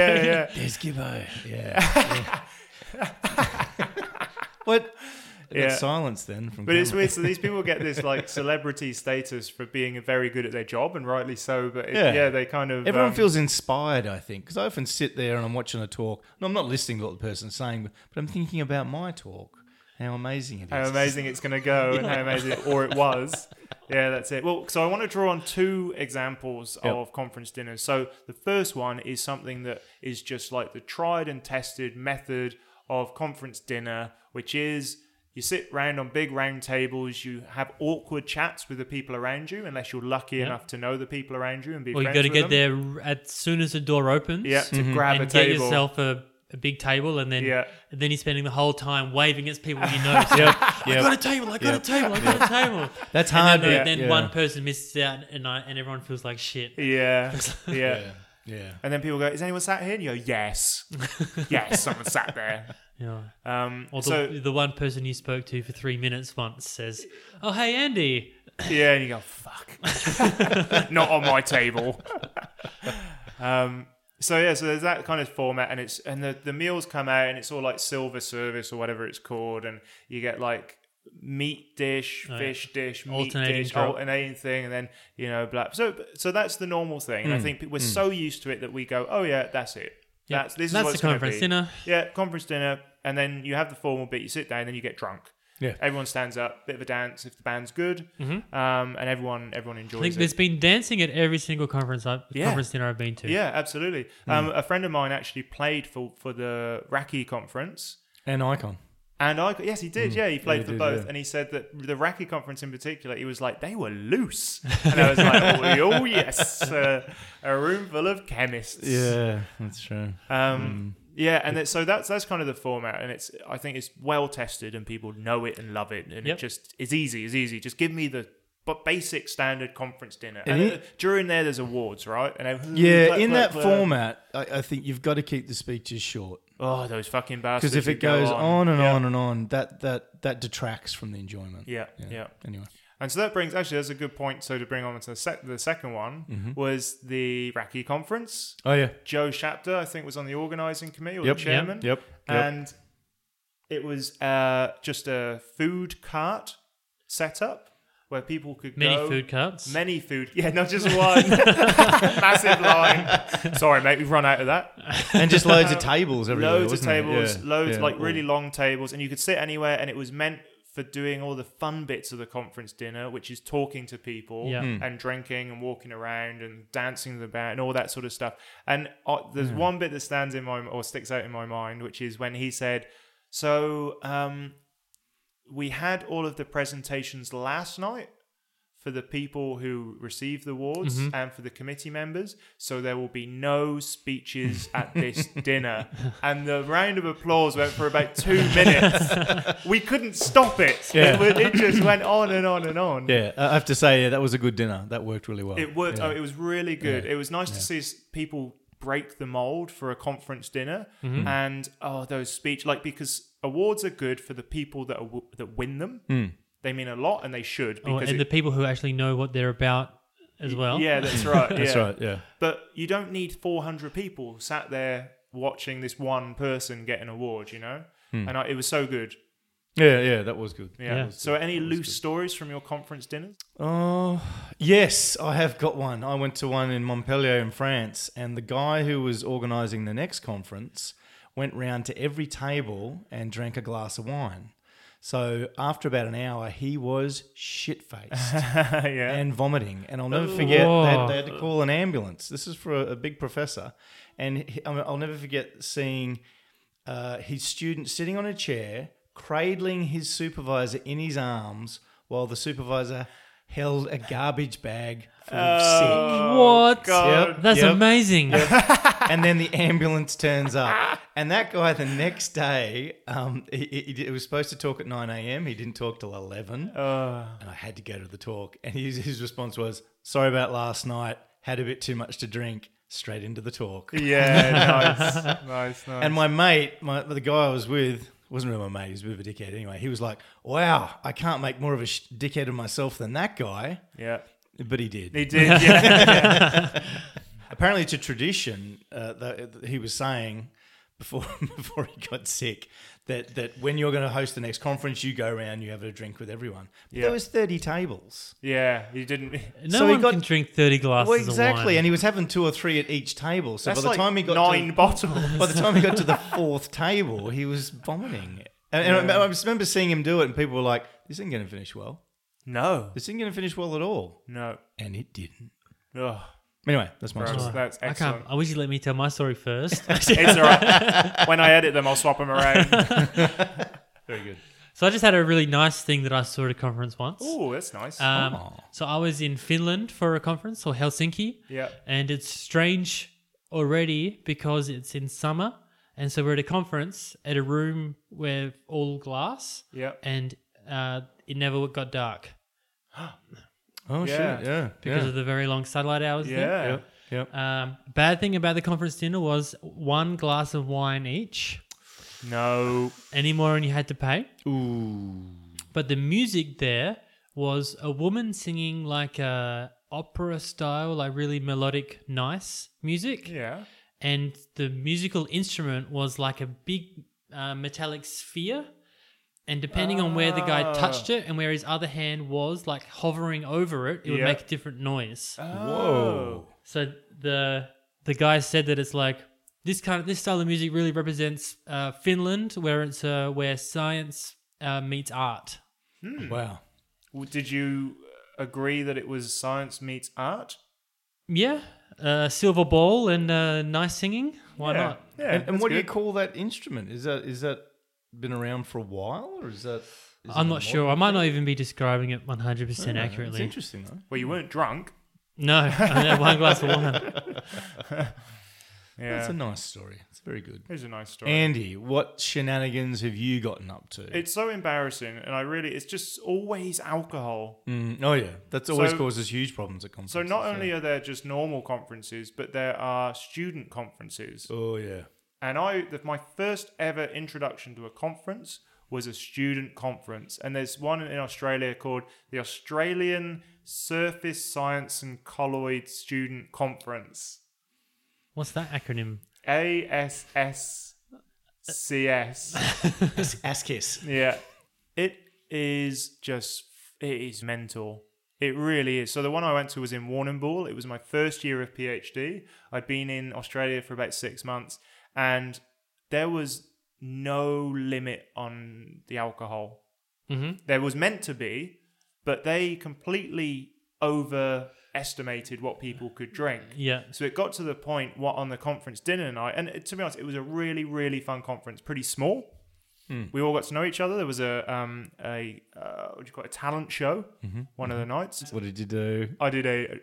[SPEAKER 1] yeah.
[SPEAKER 2] There's Gibbo. Yeah. what?
[SPEAKER 1] Yeah.
[SPEAKER 2] That silence then from.
[SPEAKER 1] But it's
[SPEAKER 2] camera.
[SPEAKER 1] weird. So these people get this like celebrity status for being very good at their job, and rightly so. But it, yeah.
[SPEAKER 2] Yeah.
[SPEAKER 1] they kind of
[SPEAKER 2] Everyone
[SPEAKER 1] um,
[SPEAKER 2] feels inspired, I think, because I often sit there and I'm watching a talk, and I'm not listening to what the person's saying, but I'm thinking about my talk, how amazing it is.
[SPEAKER 1] how amazing it's going to go and how amazing or it was. Yeah, that's it. Well, so I want to draw on two examples
[SPEAKER 2] Yep.
[SPEAKER 1] of conference dinners. So the first one is something that is just like the tried and tested method of conference dinner, which is you sit round on big round tables, you have awkward chats with the people around you, unless you're lucky enough to know the people around you and be
[SPEAKER 3] Or you
[SPEAKER 1] friends
[SPEAKER 3] got to
[SPEAKER 1] with
[SPEAKER 3] get
[SPEAKER 1] them.
[SPEAKER 3] there as soon as the door opens.
[SPEAKER 1] Yeah, Mm-hmm. to grab a
[SPEAKER 3] and get
[SPEAKER 1] table.
[SPEAKER 3] yourself a, a big table, and then
[SPEAKER 1] Yeah.
[SPEAKER 3] and then you're spending the whole time waving at people you know. So, I got a table. I got
[SPEAKER 2] Yep.
[SPEAKER 3] a table. I got a table.
[SPEAKER 2] That's
[SPEAKER 3] And
[SPEAKER 2] hard.
[SPEAKER 3] Then,
[SPEAKER 1] yeah.
[SPEAKER 3] then
[SPEAKER 2] Yeah.
[SPEAKER 3] one person misses out, and I, and everyone feels like shit.
[SPEAKER 1] Yeah. Yeah.
[SPEAKER 5] Yeah. Yeah.
[SPEAKER 1] And then people go, "Is anyone sat here?" And you go, "Yes, yes, someone sat there."
[SPEAKER 3] Yeah.
[SPEAKER 1] Um,
[SPEAKER 3] Or the,
[SPEAKER 1] so
[SPEAKER 3] the one person you spoke to for three minutes once says, "Oh, hey, Andy."
[SPEAKER 1] yeah, and you go, "Fuck, not on my table." um, so yeah, so there's that kind of format, and it's and the the meals come out, and it's all like silver service or whatever it's called, and you get like meat dish,
[SPEAKER 3] Oh, yeah.
[SPEAKER 1] fish dish, meat
[SPEAKER 3] Alternating
[SPEAKER 1] dish,
[SPEAKER 3] drop.
[SPEAKER 1] alternating thing, and then you know, black. So so that's the normal thing, and I think we're so used to it that we go, "Oh yeah, that's it."
[SPEAKER 3] Hmm. Yeah.
[SPEAKER 1] That's this is
[SPEAKER 3] That's
[SPEAKER 1] what
[SPEAKER 3] the
[SPEAKER 1] it's gonna
[SPEAKER 3] conference
[SPEAKER 1] be.
[SPEAKER 3] dinner.
[SPEAKER 1] Yeah, conference dinner, and then you have the formal bit. You sit down, then you get drunk.
[SPEAKER 5] Yeah.
[SPEAKER 1] everyone stands up, bit of a dance if the band's good, um, and everyone everyone
[SPEAKER 3] I think
[SPEAKER 1] enjoys
[SPEAKER 3] there's
[SPEAKER 1] it.
[SPEAKER 3] been dancing at every single conference I,
[SPEAKER 1] Yeah.
[SPEAKER 3] conference dinner I've been to.
[SPEAKER 1] Yeah, absolutely. Um, a friend of mine actually played for for the Raki conference.
[SPEAKER 2] And icon.
[SPEAKER 1] And I yes, he did. Yeah, he played
[SPEAKER 2] he
[SPEAKER 1] for
[SPEAKER 2] did,
[SPEAKER 1] both,
[SPEAKER 2] yeah.
[SPEAKER 1] and he said that the Raki conference in particular, he was like they were loose, and I was like, oh, oh, yes, uh, a room full of chemists.
[SPEAKER 2] Yeah, Mm. that's true. Hmm.
[SPEAKER 1] Um, Yeah, and that, so that's that's kind of the format, and it's I think it's well tested, and people know it and love it, and
[SPEAKER 3] Yep.
[SPEAKER 1] it just is easy. It's easy. Just give me the but basic standard conference dinner.
[SPEAKER 2] And
[SPEAKER 1] And
[SPEAKER 2] it-
[SPEAKER 1] uh, during there, there's awards, right? And I-
[SPEAKER 2] Yeah,
[SPEAKER 1] clap,
[SPEAKER 2] in
[SPEAKER 1] clap,
[SPEAKER 2] that
[SPEAKER 1] clap.
[SPEAKER 2] format, I, I think you've got to keep the speeches short
[SPEAKER 1] Oh, those fucking bastards!
[SPEAKER 2] because if
[SPEAKER 1] who
[SPEAKER 2] it goes
[SPEAKER 1] go
[SPEAKER 2] on, and
[SPEAKER 1] yeah.
[SPEAKER 2] on and on, that that that detracts from the enjoyment.
[SPEAKER 1] yeah, yeah,
[SPEAKER 2] Anyway.
[SPEAKER 1] And so that brings actually that's a good point. So to bring on to the, sec- the second one
[SPEAKER 2] Mm-hmm.
[SPEAKER 1] was the Raki conference.
[SPEAKER 2] Oh yeah.
[SPEAKER 1] Joe Shapter, I think, was on the organising committee or
[SPEAKER 2] Yep.
[SPEAKER 1] the chairman.
[SPEAKER 2] Yep.
[SPEAKER 1] and it was uh, just a food cart setup where people could
[SPEAKER 3] Many
[SPEAKER 1] go.
[SPEAKER 3] food carts.
[SPEAKER 1] Many food, yeah, not just one. Massive line. Sorry, mate, we've run out of that.
[SPEAKER 2] and just loads of tables everywhere.
[SPEAKER 1] loads of
[SPEAKER 2] wasn't there?
[SPEAKER 1] tables,
[SPEAKER 2] Yeah,
[SPEAKER 1] loads
[SPEAKER 2] yeah.
[SPEAKER 1] like really long tables, and you could sit anywhere. And it was meant for doing all the fun bits of the conference dinner, which is talking to people
[SPEAKER 3] Yeah. Hmm.
[SPEAKER 1] and drinking and walking around and dancing about and all that sort of stuff. And uh, there's
[SPEAKER 2] Hmm.
[SPEAKER 1] one bit that stands in my or sticks out in my mind, which is when he said, "So um, we had all of the presentations last night." For the people who received the awards and for the committee members, so there will be no speeches at this dinner. And the round of applause went for about two minutes. we couldn't stop it.
[SPEAKER 2] Yeah.
[SPEAKER 1] It, it just went on and on and on.
[SPEAKER 2] Yeah, I I have to say, yeah, that was a good dinner. That worked really well.
[SPEAKER 1] It worked.
[SPEAKER 2] Yeah.
[SPEAKER 1] Oh, it was really good.
[SPEAKER 2] Yeah.
[SPEAKER 1] It was nice to see s- people break the mold for a conference dinner,
[SPEAKER 2] Mm-hmm.
[SPEAKER 1] and oh, those speech like because awards are good for the people that are, w- that win them. They mean a lot, and they should
[SPEAKER 3] Oh,
[SPEAKER 1] because
[SPEAKER 3] and the
[SPEAKER 1] it-
[SPEAKER 3] people who actually know what they're about as well.
[SPEAKER 1] yeah, that's right. Yeah.
[SPEAKER 2] That's right. Yeah.
[SPEAKER 1] But you don't need 400 people sat there watching this one person get an award. You know, and I, it was so good.
[SPEAKER 2] Yeah, yeah, that was good.
[SPEAKER 1] Yeah.
[SPEAKER 3] Yeah.
[SPEAKER 1] So, any loose stories from your conference dinners?
[SPEAKER 2] Oh, yes, I have got one. I went to one in Montpellier in France, and the guy who was organising the next conference went round to every table and drank a glass of wine. So after about an hour, he was shit faced.
[SPEAKER 1] yeah.
[SPEAKER 2] and vomiting. And I'll never forget they had,
[SPEAKER 3] Whoa.
[SPEAKER 2] they had to call an ambulance. This is for a, a big professor, and he, I mean, I'll never forget seeing uh, his student sitting on a chair, cradling his supervisor in his arms, while the supervisor held a garbage bag full of
[SPEAKER 3] Oh,
[SPEAKER 2] sick.
[SPEAKER 3] What?
[SPEAKER 1] Oh, God.
[SPEAKER 2] Yep.
[SPEAKER 3] That's
[SPEAKER 2] Yep.
[SPEAKER 3] amazing.
[SPEAKER 2] and then the ambulance turns up. And that guy the next day, um, he, he- he, was supposed to talk at 9 a.m. He didn't talk till 11. And I had to go to the talk. And his, his response was, Sorry about last night, had a bit too much to drink, straight into the talk.
[SPEAKER 1] Yeah. nice. Nice. Nice.
[SPEAKER 2] And my mate, my, the guy I was with, wasn't really my mate, he was a bit of a dickhead anyway. He was like, Wow, I can't make more of a sh- dickhead of myself than that guy.
[SPEAKER 1] yeah.
[SPEAKER 2] But he did.
[SPEAKER 1] They did. Yeah.
[SPEAKER 2] apparently it's a tradition uh, that that he was saying before before he got sick that that when you're going to host the next conference you go around you have a drink with everyone but
[SPEAKER 1] Yeah.
[SPEAKER 2] there was 30 tables
[SPEAKER 1] yeah. You didn't.
[SPEAKER 3] No
[SPEAKER 2] So he
[SPEAKER 3] one
[SPEAKER 2] got-
[SPEAKER 3] can drink thirty glasses
[SPEAKER 2] well
[SPEAKER 3] of
[SPEAKER 2] exactly
[SPEAKER 3] wine.
[SPEAKER 2] and he was having two or three at each table so
[SPEAKER 1] That's
[SPEAKER 2] by the
[SPEAKER 1] like
[SPEAKER 2] time he got
[SPEAKER 1] nine
[SPEAKER 2] to,
[SPEAKER 1] bottles.
[SPEAKER 2] by the time he got to the fourth table he was vomiting and, and I, I just remember seeing him do it and people were like this isn't going to finish well
[SPEAKER 1] No.
[SPEAKER 2] this isn't going to finish well at all
[SPEAKER 1] No.
[SPEAKER 2] and it didn't
[SPEAKER 1] Ugh,
[SPEAKER 2] anyway that's my
[SPEAKER 1] gross.
[SPEAKER 2] story
[SPEAKER 1] That's
[SPEAKER 3] I can't.
[SPEAKER 1] excellent.
[SPEAKER 3] I wish you let me tell my story first.
[SPEAKER 1] It's all right. when I edit them, I'll swap them around.
[SPEAKER 3] so I just had a really nice thing that I saw at a conference once.
[SPEAKER 1] Ooh, that's nice.
[SPEAKER 2] Uh,
[SPEAKER 3] Um, So I was in Finland for a conference, or Helsinki.
[SPEAKER 1] Yeah.
[SPEAKER 3] And it's strange already because it's in summer And so we're at a conference at a room with all glass,
[SPEAKER 1] Yep.
[SPEAKER 3] and uh, it never got dark
[SPEAKER 2] Oh
[SPEAKER 1] Yeah.
[SPEAKER 2] shit! Yeah,
[SPEAKER 3] because
[SPEAKER 2] yeah.
[SPEAKER 3] of the very long sunlight hours. there.
[SPEAKER 1] Yeah.
[SPEAKER 2] Yep, yep.
[SPEAKER 3] Um, bad thing about the conference dinner was one glass of wine each.
[SPEAKER 1] No.
[SPEAKER 3] Any more, and you had to pay.
[SPEAKER 2] Ooh.
[SPEAKER 3] But the music there was a woman singing like a opera style, like really melodic, nice music.
[SPEAKER 1] Yeah.
[SPEAKER 3] And the musical instrument was like a big uh, metallic sphere. And depending on where the
[SPEAKER 1] Ah.
[SPEAKER 3] guy touched it and where his other hand was, like hovering over it, it would
[SPEAKER 1] Yeah. Ah.
[SPEAKER 3] make a different noise.
[SPEAKER 1] Oh.
[SPEAKER 2] Whoa.
[SPEAKER 3] So the the guy said that it's like this kind of this style of music really represents uh, Finland, where it's uh, where science uh, meets art.
[SPEAKER 2] Hmm. Wow.
[SPEAKER 1] Well, Did you agree that it was science meets art?
[SPEAKER 3] Yeah, uh, silver ball and uh, nice singing. Why
[SPEAKER 1] yeah.
[SPEAKER 3] not?
[SPEAKER 1] Yeah.
[SPEAKER 2] and and
[SPEAKER 1] that's
[SPEAKER 2] what do you
[SPEAKER 1] good.
[SPEAKER 2] call that instrument? Is that is that been around for a while, or is that? is
[SPEAKER 3] I'm
[SPEAKER 2] it
[SPEAKER 3] not sure. I might not even be describing it 100 percent
[SPEAKER 2] It's
[SPEAKER 3] accurately.
[SPEAKER 2] interesting though.
[SPEAKER 1] Well, you weren't drunk.
[SPEAKER 3] No, I had one glass of wine.
[SPEAKER 1] Yeah.
[SPEAKER 2] That's a nice story. It's very good.
[SPEAKER 1] Here's a nice story.
[SPEAKER 2] Andy, what shenanigans have you gotten up to?
[SPEAKER 1] it's so embarrassing, and I really, it's just always alcohol.
[SPEAKER 2] Mm, oh yeah, that's always
[SPEAKER 1] So-
[SPEAKER 2] causes huge problems at conferences.
[SPEAKER 1] So not
[SPEAKER 2] yeah.
[SPEAKER 1] only are there just normal conferences, but there are student conferences.
[SPEAKER 2] Oh yeah.
[SPEAKER 1] And I, the, my first ever introduction to a conference was a student conference, and there's one in Australia called the Australian Surface Science and Colloid Student Conference
[SPEAKER 3] What's that acronym?
[SPEAKER 1] (ASSCS).
[SPEAKER 2] Ass kiss.
[SPEAKER 1] Yeah. It is just, it is mental. It really is. So the one I went to was in Warrnambool. It was my first year of PhD. I'd been in Australia for about six months and there was no limit on the alcohol. Mm-hmm. There was meant to be, but they completely overestimated what people could drink.
[SPEAKER 3] Yeah.
[SPEAKER 1] So it got to the point what on the conference dinner night, and it- to be honest, it was a really, really fun conference. Pretty small. We all got to know each other. There was a um, a uh, what do you call it? A talent show. One of the nights,
[SPEAKER 2] What did you do?
[SPEAKER 1] I did a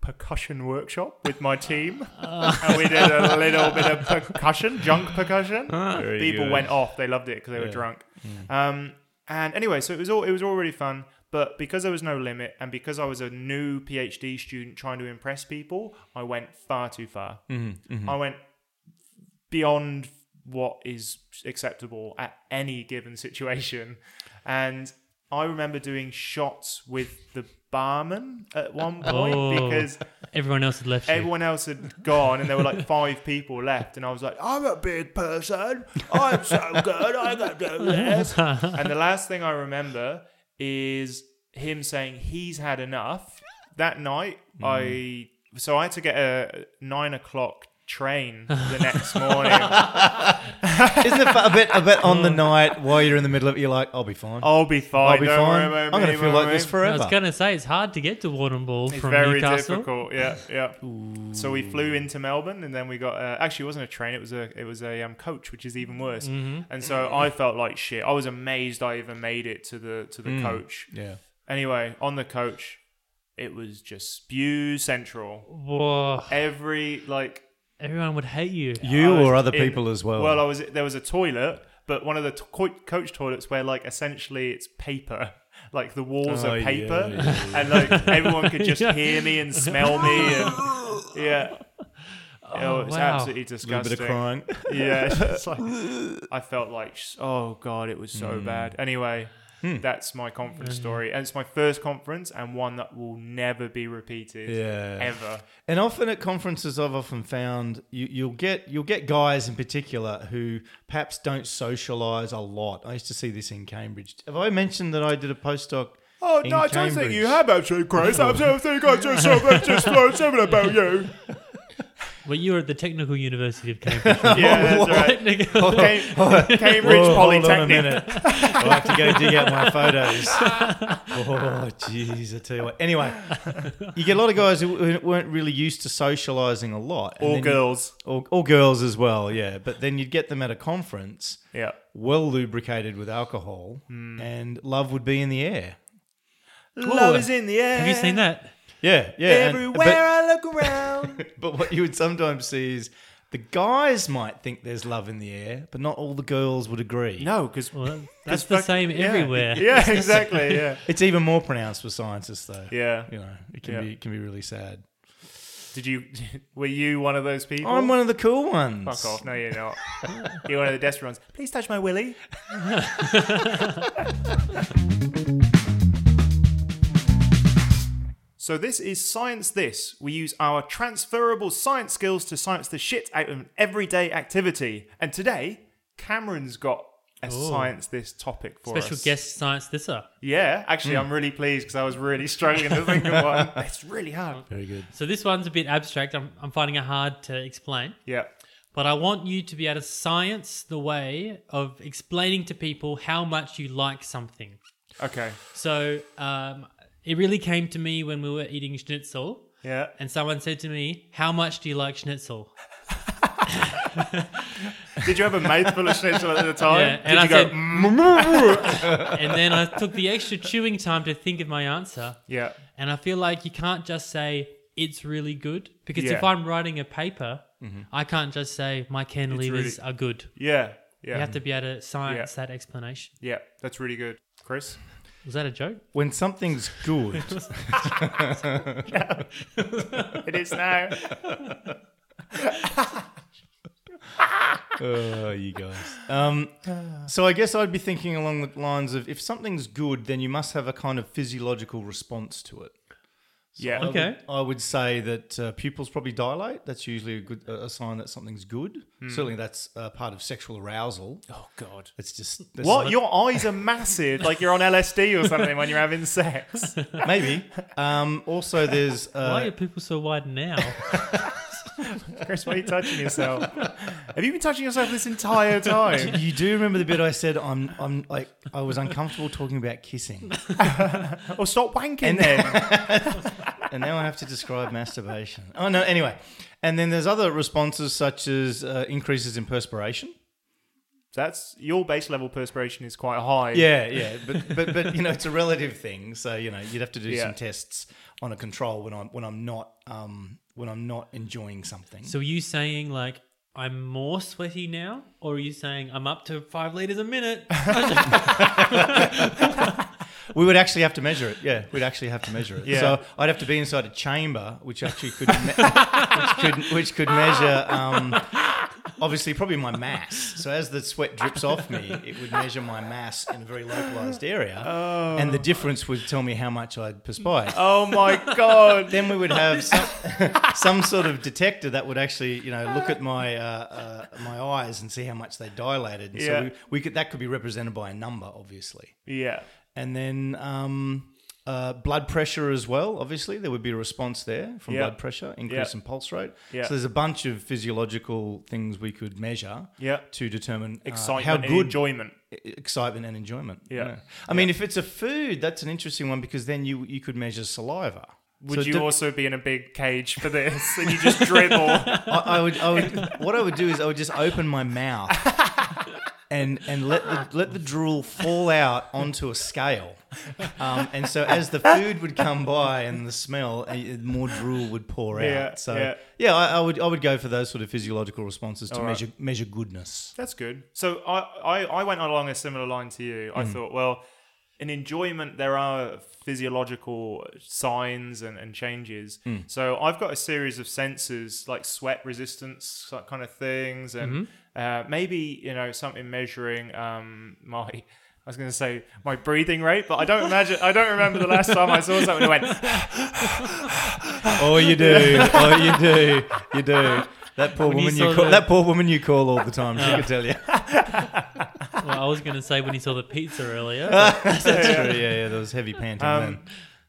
[SPEAKER 1] percussion workshop with my team, and we did a little bit of percussion, junk percussion. Ah, People
[SPEAKER 2] good.
[SPEAKER 1] went off; they loved it because they were drunk. Um, and anyway, so it was all it was all really fun. But because there was no limit, and because I was a new PhD student trying to impress people, I went far too far. I went beyond what is acceptable at any given situation. And I remember doing shots with the barman at one point
[SPEAKER 3] Oh.
[SPEAKER 1] because
[SPEAKER 3] Everyone else had left. you.
[SPEAKER 1] everyone else had gone and there were like five people left. And I was like, I'm a big person. I'm so good. I can do this. And the last thing I remember is him saying he's had enough. That night,
[SPEAKER 2] Hmm.
[SPEAKER 1] I. So I had to get a nine o'clock train the next morning.
[SPEAKER 2] Isn't it? fu- I bet. I bet on the night while you're in the middle of it, you're like, I'll be fine.
[SPEAKER 1] I'll be fine.
[SPEAKER 2] I'll be
[SPEAKER 1] Oh, don't
[SPEAKER 2] fine.
[SPEAKER 1] Worry
[SPEAKER 2] I'm
[SPEAKER 1] about
[SPEAKER 2] gonna
[SPEAKER 1] me,
[SPEAKER 2] feel
[SPEAKER 1] don't
[SPEAKER 2] like this
[SPEAKER 1] worry.
[SPEAKER 3] I
[SPEAKER 2] forever.
[SPEAKER 3] was going to say it's hard to get to Warrnambool
[SPEAKER 1] It's
[SPEAKER 3] from
[SPEAKER 1] very
[SPEAKER 3] Newcastle.
[SPEAKER 1] difficult. Yeah, yeah. So we flew into Melbourne, and then we got. Uh, actually, it wasn't a train. It was a. It was a um, coach, which is even worse.
[SPEAKER 3] Mm-hmm.
[SPEAKER 1] And so I felt like shit. I was amazed I even made it to the to
[SPEAKER 3] Hmm.
[SPEAKER 1] the coach.
[SPEAKER 2] yeah.
[SPEAKER 1] Anyway, on the coach, it was just spew central.
[SPEAKER 3] Whoa.
[SPEAKER 1] Every like
[SPEAKER 3] Everyone would hate you.
[SPEAKER 2] You
[SPEAKER 1] I was
[SPEAKER 2] or other
[SPEAKER 1] Oh, in-
[SPEAKER 2] people as well.
[SPEAKER 1] Well, I was there was a toilet, but one of the to- co- coach toilets where like essentially it's paper. Like the walls
[SPEAKER 2] Oh,
[SPEAKER 1] are
[SPEAKER 2] yeah,
[SPEAKER 1] paper,
[SPEAKER 2] yeah, yeah.
[SPEAKER 1] and like everyone could just
[SPEAKER 3] Yeah.
[SPEAKER 1] hear me and smell me, and yeah, oh, it's
[SPEAKER 3] wow.
[SPEAKER 1] absolutely
[SPEAKER 2] a little
[SPEAKER 1] disgusting.
[SPEAKER 2] bit of crying.
[SPEAKER 1] Yeah, it's like, I felt like, sh- oh god, it was
[SPEAKER 2] Hmm.
[SPEAKER 1] so bad. Anyway, that's my conference story, and it's my first conference and one that will never be repeated,
[SPEAKER 2] Yeah.
[SPEAKER 1] ever.
[SPEAKER 2] And often at conferences, I've often found you, you'll get you'll get guys in particular who perhaps don't socialise a lot. I used to see this in Cambridge. Have I mentioned that I did a postdoc?
[SPEAKER 1] Oh
[SPEAKER 2] in Cambridge?
[SPEAKER 1] actually, Chris. I don't think I just something just learned something about you.
[SPEAKER 3] Well, you were at the Technical University of Cambridge.
[SPEAKER 1] Yeah, that's right.
[SPEAKER 3] Technical.
[SPEAKER 1] Oh, Cam- Cambridge
[SPEAKER 2] Whoa, Oh, hold on a
[SPEAKER 1] Polytechnic.
[SPEAKER 2] minute. I have to go dig out my photos. Oh, jeez, I tell you what. Anyway, you get a lot of guys who weren't really used to socialising a lot. and
[SPEAKER 1] All
[SPEAKER 2] then you-
[SPEAKER 1] girls.
[SPEAKER 2] Or, or girls as well, yeah. But then you'd get them at a conference,
[SPEAKER 1] Yeah.
[SPEAKER 2] well lubricated with alcohol, and love would be in the air.
[SPEAKER 1] Love is in the air.
[SPEAKER 3] Have you seen that?
[SPEAKER 2] Yeah, yeah. and-
[SPEAKER 1] Everywhere I look around.
[SPEAKER 2] but, but what you would sometimes see is The guys might think there's love in the air, but not all the girls would agree.
[SPEAKER 1] No, because
[SPEAKER 3] Well, that- that's the same everywhere.
[SPEAKER 1] Yeah, exactly. Yeah,
[SPEAKER 2] It's even more pronounced with scientists, though.
[SPEAKER 1] yeah.
[SPEAKER 2] You know, it can
[SPEAKER 1] Yeah.
[SPEAKER 2] be it can be really sad.
[SPEAKER 1] Did you? Were you one of those people?
[SPEAKER 2] I'm one of the cool ones.
[SPEAKER 1] Fuck off! No, you're not. you're one of the desperate ones. Please touch my willy. so this is science. This we use our transferable science skills to science the shit out of an everyday activity. And today, Cameron's got a science this topic for
[SPEAKER 3] Oh. Special
[SPEAKER 1] us.
[SPEAKER 3] guest Hmm. science this up.
[SPEAKER 1] Yeah, actually, I'm really pleased because I was really struggling to think of one. It's really hard.
[SPEAKER 2] Very good.
[SPEAKER 3] So this one's a bit abstract. I'm, I'm finding it hard to explain.
[SPEAKER 1] Yeah.
[SPEAKER 3] But I want you to be able to science the way of explaining to people how much you like something.
[SPEAKER 1] Okay.
[SPEAKER 3] So um, it really came to me when we were eating schnitzel,
[SPEAKER 1] Yeah.
[SPEAKER 3] and someone said to me, How much do you like schnitzel?
[SPEAKER 1] Did you have a mouthful of schnitzel at the time?
[SPEAKER 3] Yeah, and
[SPEAKER 1] Oh, Did
[SPEAKER 3] I
[SPEAKER 1] you go?
[SPEAKER 3] said-
[SPEAKER 1] "Mm."
[SPEAKER 3] And then I took the extra chewing time to think of my answer.
[SPEAKER 1] yeah.
[SPEAKER 3] And I feel like you can't just say, It's really good. Because if
[SPEAKER 1] Yeah. Mm-hmm.
[SPEAKER 3] I'm writing a paper, I can't just say, My cantilevers
[SPEAKER 1] really-
[SPEAKER 3] are good.
[SPEAKER 1] Yeah. Yeah.
[SPEAKER 3] You have to be able to science
[SPEAKER 1] Yeah.
[SPEAKER 3] that explanation.
[SPEAKER 1] yeah. That's really good. Chris?
[SPEAKER 3] Was that a joke?
[SPEAKER 2] When something's good,
[SPEAKER 1] It is now.
[SPEAKER 2] oh, you guys. Um, so I guess I'd be thinking along the lines of if something's good, then you must have a kind of physiological response to it.
[SPEAKER 1] yeah.
[SPEAKER 3] Okay.
[SPEAKER 2] I would say that uh, pupils probably dilate. That's usually a good a sign that something's good. Certainly, that's uh, part of sexual arousal.
[SPEAKER 1] Oh, God.
[SPEAKER 2] It's just that's
[SPEAKER 1] What?
[SPEAKER 2] not-
[SPEAKER 1] Your eyes are massive, like you're on LSD or something when you're having sex.
[SPEAKER 2] maybe. Um, also, there's
[SPEAKER 3] Why
[SPEAKER 2] uh,
[SPEAKER 3] are people so wide now?
[SPEAKER 1] Chris, why are you touching yourself? Have you been touching yourself this entire time?
[SPEAKER 2] you do remember the bit I said I'm I'm like I was uncomfortable talking about kissing,
[SPEAKER 1] Or stop wanking then.
[SPEAKER 2] and now I have to describe masturbation. Oh no, anyway, and then there's other responses such as uh, increases in perspiration.
[SPEAKER 1] That's your base level perspiration is quite high.
[SPEAKER 2] Yeah, yeah, but but but you know it's a relative thing, so you know you'd have to do
[SPEAKER 1] Yeah.
[SPEAKER 2] some tests on a control when I'm when I'm not um when I'm not enjoying something.
[SPEAKER 3] so are you saying like I'm more sweaty now, or are you saying I'm up to five liters a minute?
[SPEAKER 2] We would actually have to measure it. Yeah, we'd actually have to measure it.
[SPEAKER 1] Yeah.
[SPEAKER 2] So I'd have to be inside a chamber, which actually could, me- which could, which could measure, um, obviously, probably my mass. So as the sweat drips off me, it would measure my mass in a very localized area, and the difference would tell me how much I'd perspire.
[SPEAKER 1] Oh my god.
[SPEAKER 2] Then we would have some, some sort of detector that would actually, you know, look at my uh, uh, my eyes and see how much they dilated. And
[SPEAKER 1] Yeah.
[SPEAKER 2] So we, we could that could be represented by a number, obviously
[SPEAKER 1] Yeah.
[SPEAKER 2] and then um, uh, blood pressure as well. Obviously, there would be a response there from
[SPEAKER 1] Yeah.
[SPEAKER 2] blood pressure, increase
[SPEAKER 1] Yeah.
[SPEAKER 2] in pulse rate.
[SPEAKER 1] Yeah.
[SPEAKER 2] So there's a bunch of physiological things we could measure
[SPEAKER 1] Yeah.
[SPEAKER 2] to determine uh,
[SPEAKER 1] Excitement
[SPEAKER 2] how
[SPEAKER 1] and
[SPEAKER 2] good
[SPEAKER 1] enjoyment.
[SPEAKER 2] e- excitement and enjoyment.
[SPEAKER 1] Yeah.
[SPEAKER 2] I mean, if it's a food, that's an interesting one because then you you could measure saliva.
[SPEAKER 1] Would
[SPEAKER 2] So
[SPEAKER 1] you
[SPEAKER 2] de-
[SPEAKER 1] also be in a big cage for this and you just dribble?
[SPEAKER 2] I, I would. I would. what I would do is I would just open my mouth and and let the let the drool fall out onto a scale, um, and so as the food would come by and the smell, uh, more drool would pour
[SPEAKER 1] Yeah,
[SPEAKER 2] out. So
[SPEAKER 1] yeah.
[SPEAKER 2] yeah, I, I would I would go for those sort of physiological responses to
[SPEAKER 1] All right.
[SPEAKER 2] measure measure goodness.
[SPEAKER 1] That's good. So I, I, I went along a similar line to you. I thought, well, in enjoyment, there are physiological signs and, and changes. So I've got a series of sensors like sweat resistance that kind of things, and uh, maybe you know something measuring um, my. I was going to say my breathing rate, but I don't imagine. I don't remember the last time I saw something. that went,
[SPEAKER 2] Oh, you do. Oh, you do. You do. That poor
[SPEAKER 3] When you
[SPEAKER 2] woman you
[SPEAKER 3] saw
[SPEAKER 2] call,
[SPEAKER 3] the-
[SPEAKER 2] that poor woman you call all the time. She could tell you.
[SPEAKER 3] well, I was going to say when he saw the pizza earlier.
[SPEAKER 2] That's true. Yeah, yeah. There was heavy panting.
[SPEAKER 1] Um,
[SPEAKER 2] then.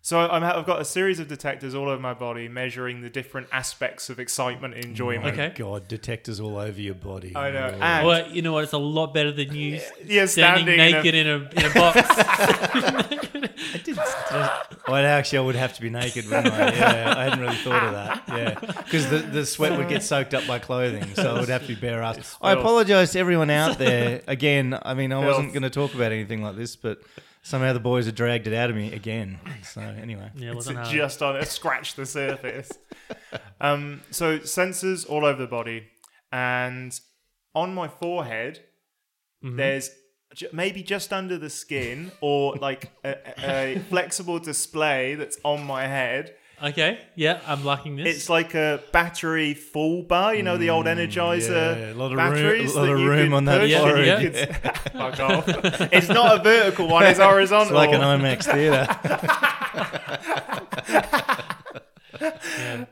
[SPEAKER 1] So I'm, I've got a series of detectors all over my body measuring the different aspects of excitement and enjoyment.
[SPEAKER 3] Okay.
[SPEAKER 2] God, detectors all over your body.
[SPEAKER 1] I know.
[SPEAKER 2] Yeah.
[SPEAKER 1] And
[SPEAKER 3] Well, you know what? It's a lot better than you
[SPEAKER 1] yeah,
[SPEAKER 3] standing,
[SPEAKER 1] standing in a-
[SPEAKER 3] naked in a, in, a, box.
[SPEAKER 2] I did. Well, actually, I would have to be naked, wouldn't I? Yeah, I hadn't really thought of that. Yeah, because the, the sweat would get soaked up by clothing, so I would have to be bare ass. I
[SPEAKER 1] filth.
[SPEAKER 2] apologise to everyone out there. Again, I mean, I wasn't
[SPEAKER 1] Filth.
[SPEAKER 2] going to talk about anything like this, but somehow the boys have dragged it out of me again. So anyway,
[SPEAKER 3] yeah,
[SPEAKER 1] It's
[SPEAKER 3] it wasn't hard.
[SPEAKER 1] just on it, scratched the surface. um, so sensors all over the body. and on my forehead
[SPEAKER 2] Mm-hmm.
[SPEAKER 1] there's ju- maybe just under the skin or like a, a a flexible display that's on my head
[SPEAKER 3] Okay. Yeah, I'm liking this.
[SPEAKER 1] it's like a battery full bar, you know, the old Energizer
[SPEAKER 2] Mm, yeah, a lot of room-
[SPEAKER 1] batteries.
[SPEAKER 2] a lot
[SPEAKER 1] that
[SPEAKER 2] of
[SPEAKER 1] you
[SPEAKER 2] room
[SPEAKER 1] could
[SPEAKER 2] on that
[SPEAKER 1] push and
[SPEAKER 3] forehead,
[SPEAKER 1] you could- Fuck off. It's not a vertical one, it's horizontal.
[SPEAKER 2] It's like an IMAX theater.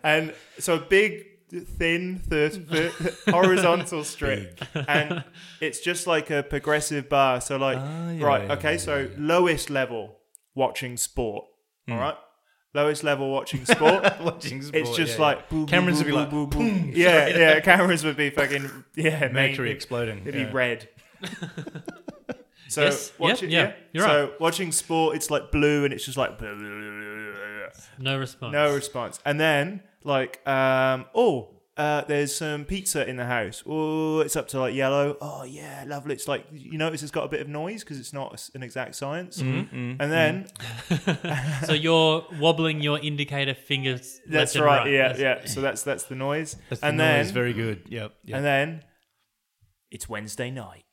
[SPEAKER 1] and so a big, thin, thir- thir- horizontal strip. And it's just like a progressive bar. So, like,
[SPEAKER 2] Ah, yeah,
[SPEAKER 1] right,
[SPEAKER 2] yeah,
[SPEAKER 1] okay,
[SPEAKER 2] yeah, Hmm.
[SPEAKER 1] so lowest level watching sport. All right? Lowest level watching sport.
[SPEAKER 2] Watching sport,
[SPEAKER 1] It's just
[SPEAKER 2] yeah,
[SPEAKER 1] like
[SPEAKER 2] yeah.
[SPEAKER 1] boo, boo,
[SPEAKER 2] cameras
[SPEAKER 1] boo,
[SPEAKER 2] would be
[SPEAKER 1] boo,
[SPEAKER 2] like
[SPEAKER 1] boo, boo.
[SPEAKER 2] boom.
[SPEAKER 1] yeah, yeah. Cameras would be fucking yeah, mate,
[SPEAKER 2] Mercury exploding.
[SPEAKER 1] It'd
[SPEAKER 2] yeah.
[SPEAKER 1] be red. so
[SPEAKER 3] Yes, yeah,
[SPEAKER 1] watching,
[SPEAKER 3] yeah,
[SPEAKER 1] yeah,
[SPEAKER 3] you're
[SPEAKER 1] so watching sport, it's like blue, and it's just like
[SPEAKER 3] no response.
[SPEAKER 1] no response. And then like, um, oh, uh, there's some pizza in the house. Oh, it's up to like yellow. Oh yeah, lovely. It's like you notice it's got a bit of noise because it's not an exact science.
[SPEAKER 2] Mm-hmm.
[SPEAKER 1] and then
[SPEAKER 3] so you're wobbling your indicator fingers.
[SPEAKER 1] that's
[SPEAKER 3] left and
[SPEAKER 1] right,
[SPEAKER 3] right.
[SPEAKER 1] Yeah,
[SPEAKER 3] That's-
[SPEAKER 1] yeah. So that's that's the noise.
[SPEAKER 2] That's
[SPEAKER 1] and
[SPEAKER 2] the
[SPEAKER 1] then
[SPEAKER 2] noise, very good. Yep. yep.
[SPEAKER 1] And then it's Wednesday night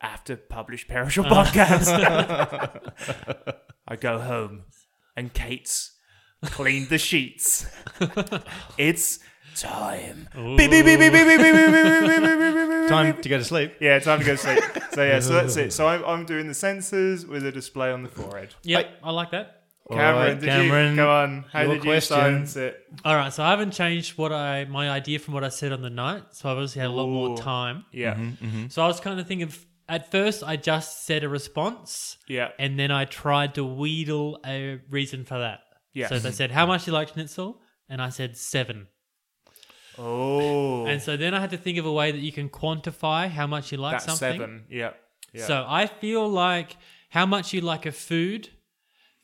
[SPEAKER 1] after published Perishable Podcast. I go home and Kate's cleaned the sheets. it's time. Beep, beep, beep, beep, beep, beep, beep, beep, beep, beep, beep, beep, beep, beep, beep.
[SPEAKER 2] Time to go to sleep.
[SPEAKER 1] Yeah, time to go to sleep. So yeah, so that's it. So I'm, I'm doing the sensors with a display on the forehead.
[SPEAKER 3] Yep, I like that.
[SPEAKER 2] All
[SPEAKER 1] Cameron,
[SPEAKER 2] right,
[SPEAKER 1] did
[SPEAKER 2] Cameron,
[SPEAKER 1] you come on? How
[SPEAKER 2] your
[SPEAKER 1] did
[SPEAKER 2] question.
[SPEAKER 1] you silence it?
[SPEAKER 3] All right, so I haven't changed what I my idea from what I said on the night, so I've obviously had a lot more
[SPEAKER 1] Ooh.
[SPEAKER 3] time.
[SPEAKER 1] Yeah,
[SPEAKER 2] Mm-hmm.
[SPEAKER 3] So I was kind of thinking of at first I just said a response,
[SPEAKER 1] yeah,
[SPEAKER 3] and then I tried to wheedle a reason for that.
[SPEAKER 1] Yes.
[SPEAKER 3] So they said, "How much you like schnitzel?" And I said seven.
[SPEAKER 1] oh,
[SPEAKER 3] And so then I had to think of a way that you can quantify how much you like
[SPEAKER 1] that's
[SPEAKER 3] something.
[SPEAKER 1] seven. Yeah, yeah.
[SPEAKER 3] So I feel like how much you like a food,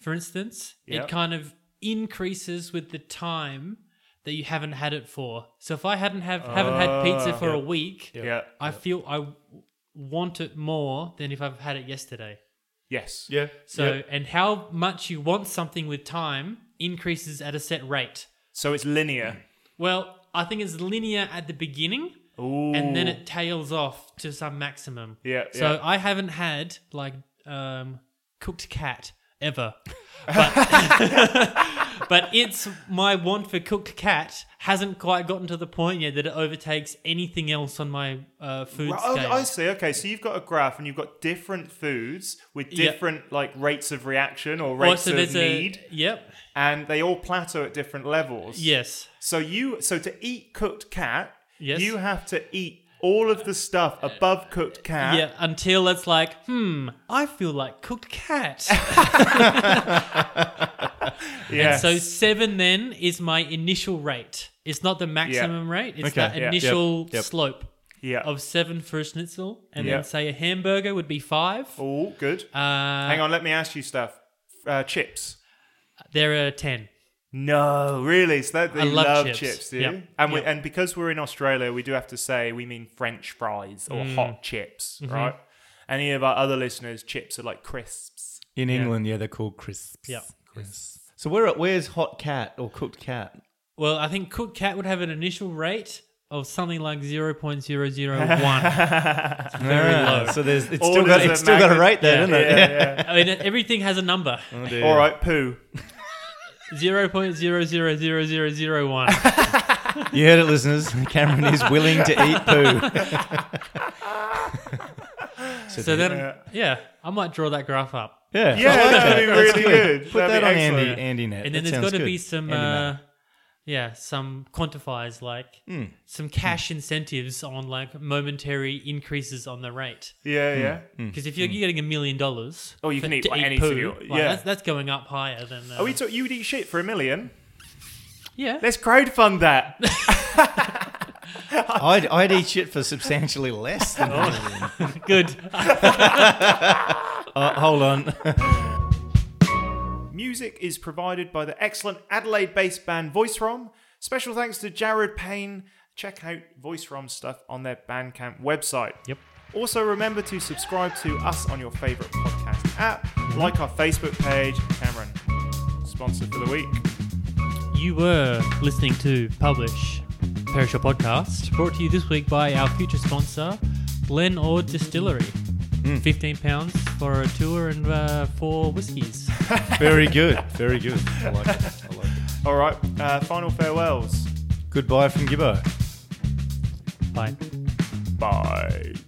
[SPEAKER 3] for instance,
[SPEAKER 1] Yeah.
[SPEAKER 3] it kind of increases with the time that you haven't had it for. So if I hadn't have haven't had
[SPEAKER 1] Oh,
[SPEAKER 3] pizza for a week,
[SPEAKER 1] yeah.
[SPEAKER 3] I feel I w- want it more than if I've had it yesterday.
[SPEAKER 1] Yes.
[SPEAKER 2] Yeah.
[SPEAKER 3] So
[SPEAKER 2] Yep.
[SPEAKER 3] and how much you want something with time increases at a set rate.
[SPEAKER 1] So it's linear.
[SPEAKER 3] Well, I think it's linear at the beginning
[SPEAKER 1] Ooh.
[SPEAKER 3] and then it tails off to some maximum.
[SPEAKER 1] Yeah,
[SPEAKER 3] So
[SPEAKER 1] yeah.
[SPEAKER 3] I haven't had like um, cooked cat ever, but but it's my want for cooked cat hasn't quite gotten to the point yet that it overtakes anything else on my uh, food
[SPEAKER 1] Right,
[SPEAKER 3] scale.
[SPEAKER 1] oh, I see. Okay, so you've got a graph and you've got different foods with
[SPEAKER 3] Yeah.
[SPEAKER 1] different like rates of reaction or
[SPEAKER 3] Or
[SPEAKER 1] rates
[SPEAKER 3] so
[SPEAKER 1] of
[SPEAKER 3] there's a-
[SPEAKER 1] need,
[SPEAKER 3] yep,
[SPEAKER 1] and they all plateau at different levels.
[SPEAKER 3] yes,
[SPEAKER 1] So you so to eat cooked cat,
[SPEAKER 3] Yes.
[SPEAKER 1] you have to eat all of the stuff above cooked cat.
[SPEAKER 3] yeah. Until it's like, hmm, I feel like cooked cat.
[SPEAKER 1] Yeah.
[SPEAKER 3] So seven then is my initial rate. It's not the maximum rate. It's
[SPEAKER 2] Okay,
[SPEAKER 3] that
[SPEAKER 2] yeah. Yep,
[SPEAKER 3] initial
[SPEAKER 2] yep.
[SPEAKER 3] slope.
[SPEAKER 1] yeah.
[SPEAKER 3] of seven for a schnitzel, and
[SPEAKER 1] Yeah.
[SPEAKER 3] then say a hamburger would be five.
[SPEAKER 1] oh, good.
[SPEAKER 3] Uh,
[SPEAKER 1] Hang on, let me ask you stuff. Uh, chips.
[SPEAKER 3] there are ten.
[SPEAKER 1] No, really? So that, they
[SPEAKER 3] I love
[SPEAKER 1] love,
[SPEAKER 3] chips.
[SPEAKER 1] chips. do you?
[SPEAKER 3] Yep.
[SPEAKER 1] And we,
[SPEAKER 3] Yep.
[SPEAKER 1] and because we're in Australia, we do have to say we mean French fries or hot chips, right? Any of our other listeners, chips are like crisps.
[SPEAKER 2] In England, yeah, they're called crisps.
[SPEAKER 3] Yeah.
[SPEAKER 2] Crisps. So where where's hot cat or cooked cat?
[SPEAKER 3] Well, I think cooked cat would have an initial rate of something like zero point zero zero one.
[SPEAKER 2] Very low. Ah. So there's it's
[SPEAKER 1] Or
[SPEAKER 2] still
[SPEAKER 1] there's
[SPEAKER 2] got
[SPEAKER 1] a
[SPEAKER 2] it's still got a
[SPEAKER 1] magnet-
[SPEAKER 2] rate there,
[SPEAKER 1] Yeah,
[SPEAKER 2] isn't it?
[SPEAKER 1] yeah.
[SPEAKER 3] I mean, everything has a number.
[SPEAKER 2] Oh,
[SPEAKER 1] All right, poo.
[SPEAKER 3] Zero point zero zero zero zero zero one.
[SPEAKER 2] You heard it, listeners. Cameron is willing to eat poo.
[SPEAKER 3] So then, yeah, I might draw that graph up.
[SPEAKER 2] Yeah.
[SPEAKER 1] Yeah, that'd be really good.
[SPEAKER 2] Put
[SPEAKER 1] That'd be
[SPEAKER 2] that on
[SPEAKER 1] excellent.
[SPEAKER 2] Andy, Andy Net.
[SPEAKER 3] And then
[SPEAKER 2] That
[SPEAKER 3] there's
[SPEAKER 2] sounds
[SPEAKER 3] got to
[SPEAKER 2] good.
[SPEAKER 3] be some,
[SPEAKER 2] Andy Net.
[SPEAKER 3] uh, yeah, some quantifiers like
[SPEAKER 2] Hmm.
[SPEAKER 3] some cash incentives on like momentary increases on the rate.
[SPEAKER 1] Yeah, yeah.
[SPEAKER 2] Hmm.
[SPEAKER 3] Because if you're, you're getting a million dollars,
[SPEAKER 1] Oh, you can
[SPEAKER 3] for-
[SPEAKER 1] eat,
[SPEAKER 3] to
[SPEAKER 1] like,
[SPEAKER 3] eat
[SPEAKER 1] anything
[SPEAKER 3] poo,
[SPEAKER 1] you-
[SPEAKER 3] like,
[SPEAKER 1] yeah.
[SPEAKER 3] that's, that's going up higher than. Uh,
[SPEAKER 1] Are we talk- you would eat shit for a million?
[SPEAKER 3] yeah,
[SPEAKER 1] Let's crowdfund that.
[SPEAKER 2] I'd, I'd eat shit for substantially less than
[SPEAKER 3] good.
[SPEAKER 2] Uh, hold on.
[SPEAKER 1] Music is provided by the excellent Adelaide based band Voice Rom. Special thanks to Jared Payne. Check out Voice Rom stuff on their Bandcamp website.
[SPEAKER 3] Yep.
[SPEAKER 1] Also, remember to subscribe to us on your favourite podcast app, like our Facebook page. Cameron, sponsor for the week.
[SPEAKER 3] You were listening to Publish Perish Your Podcast, brought to you this week by our future sponsor, Glen Ord Distillery.
[SPEAKER 2] Hmm.
[SPEAKER 3] £15 for a tour and uh, four whiskies.
[SPEAKER 2] Very good. Very good. I like it. I like it.
[SPEAKER 1] All right, uh, final farewells.
[SPEAKER 2] Goodbye from Gibbo.
[SPEAKER 3] Bye.
[SPEAKER 1] Bye.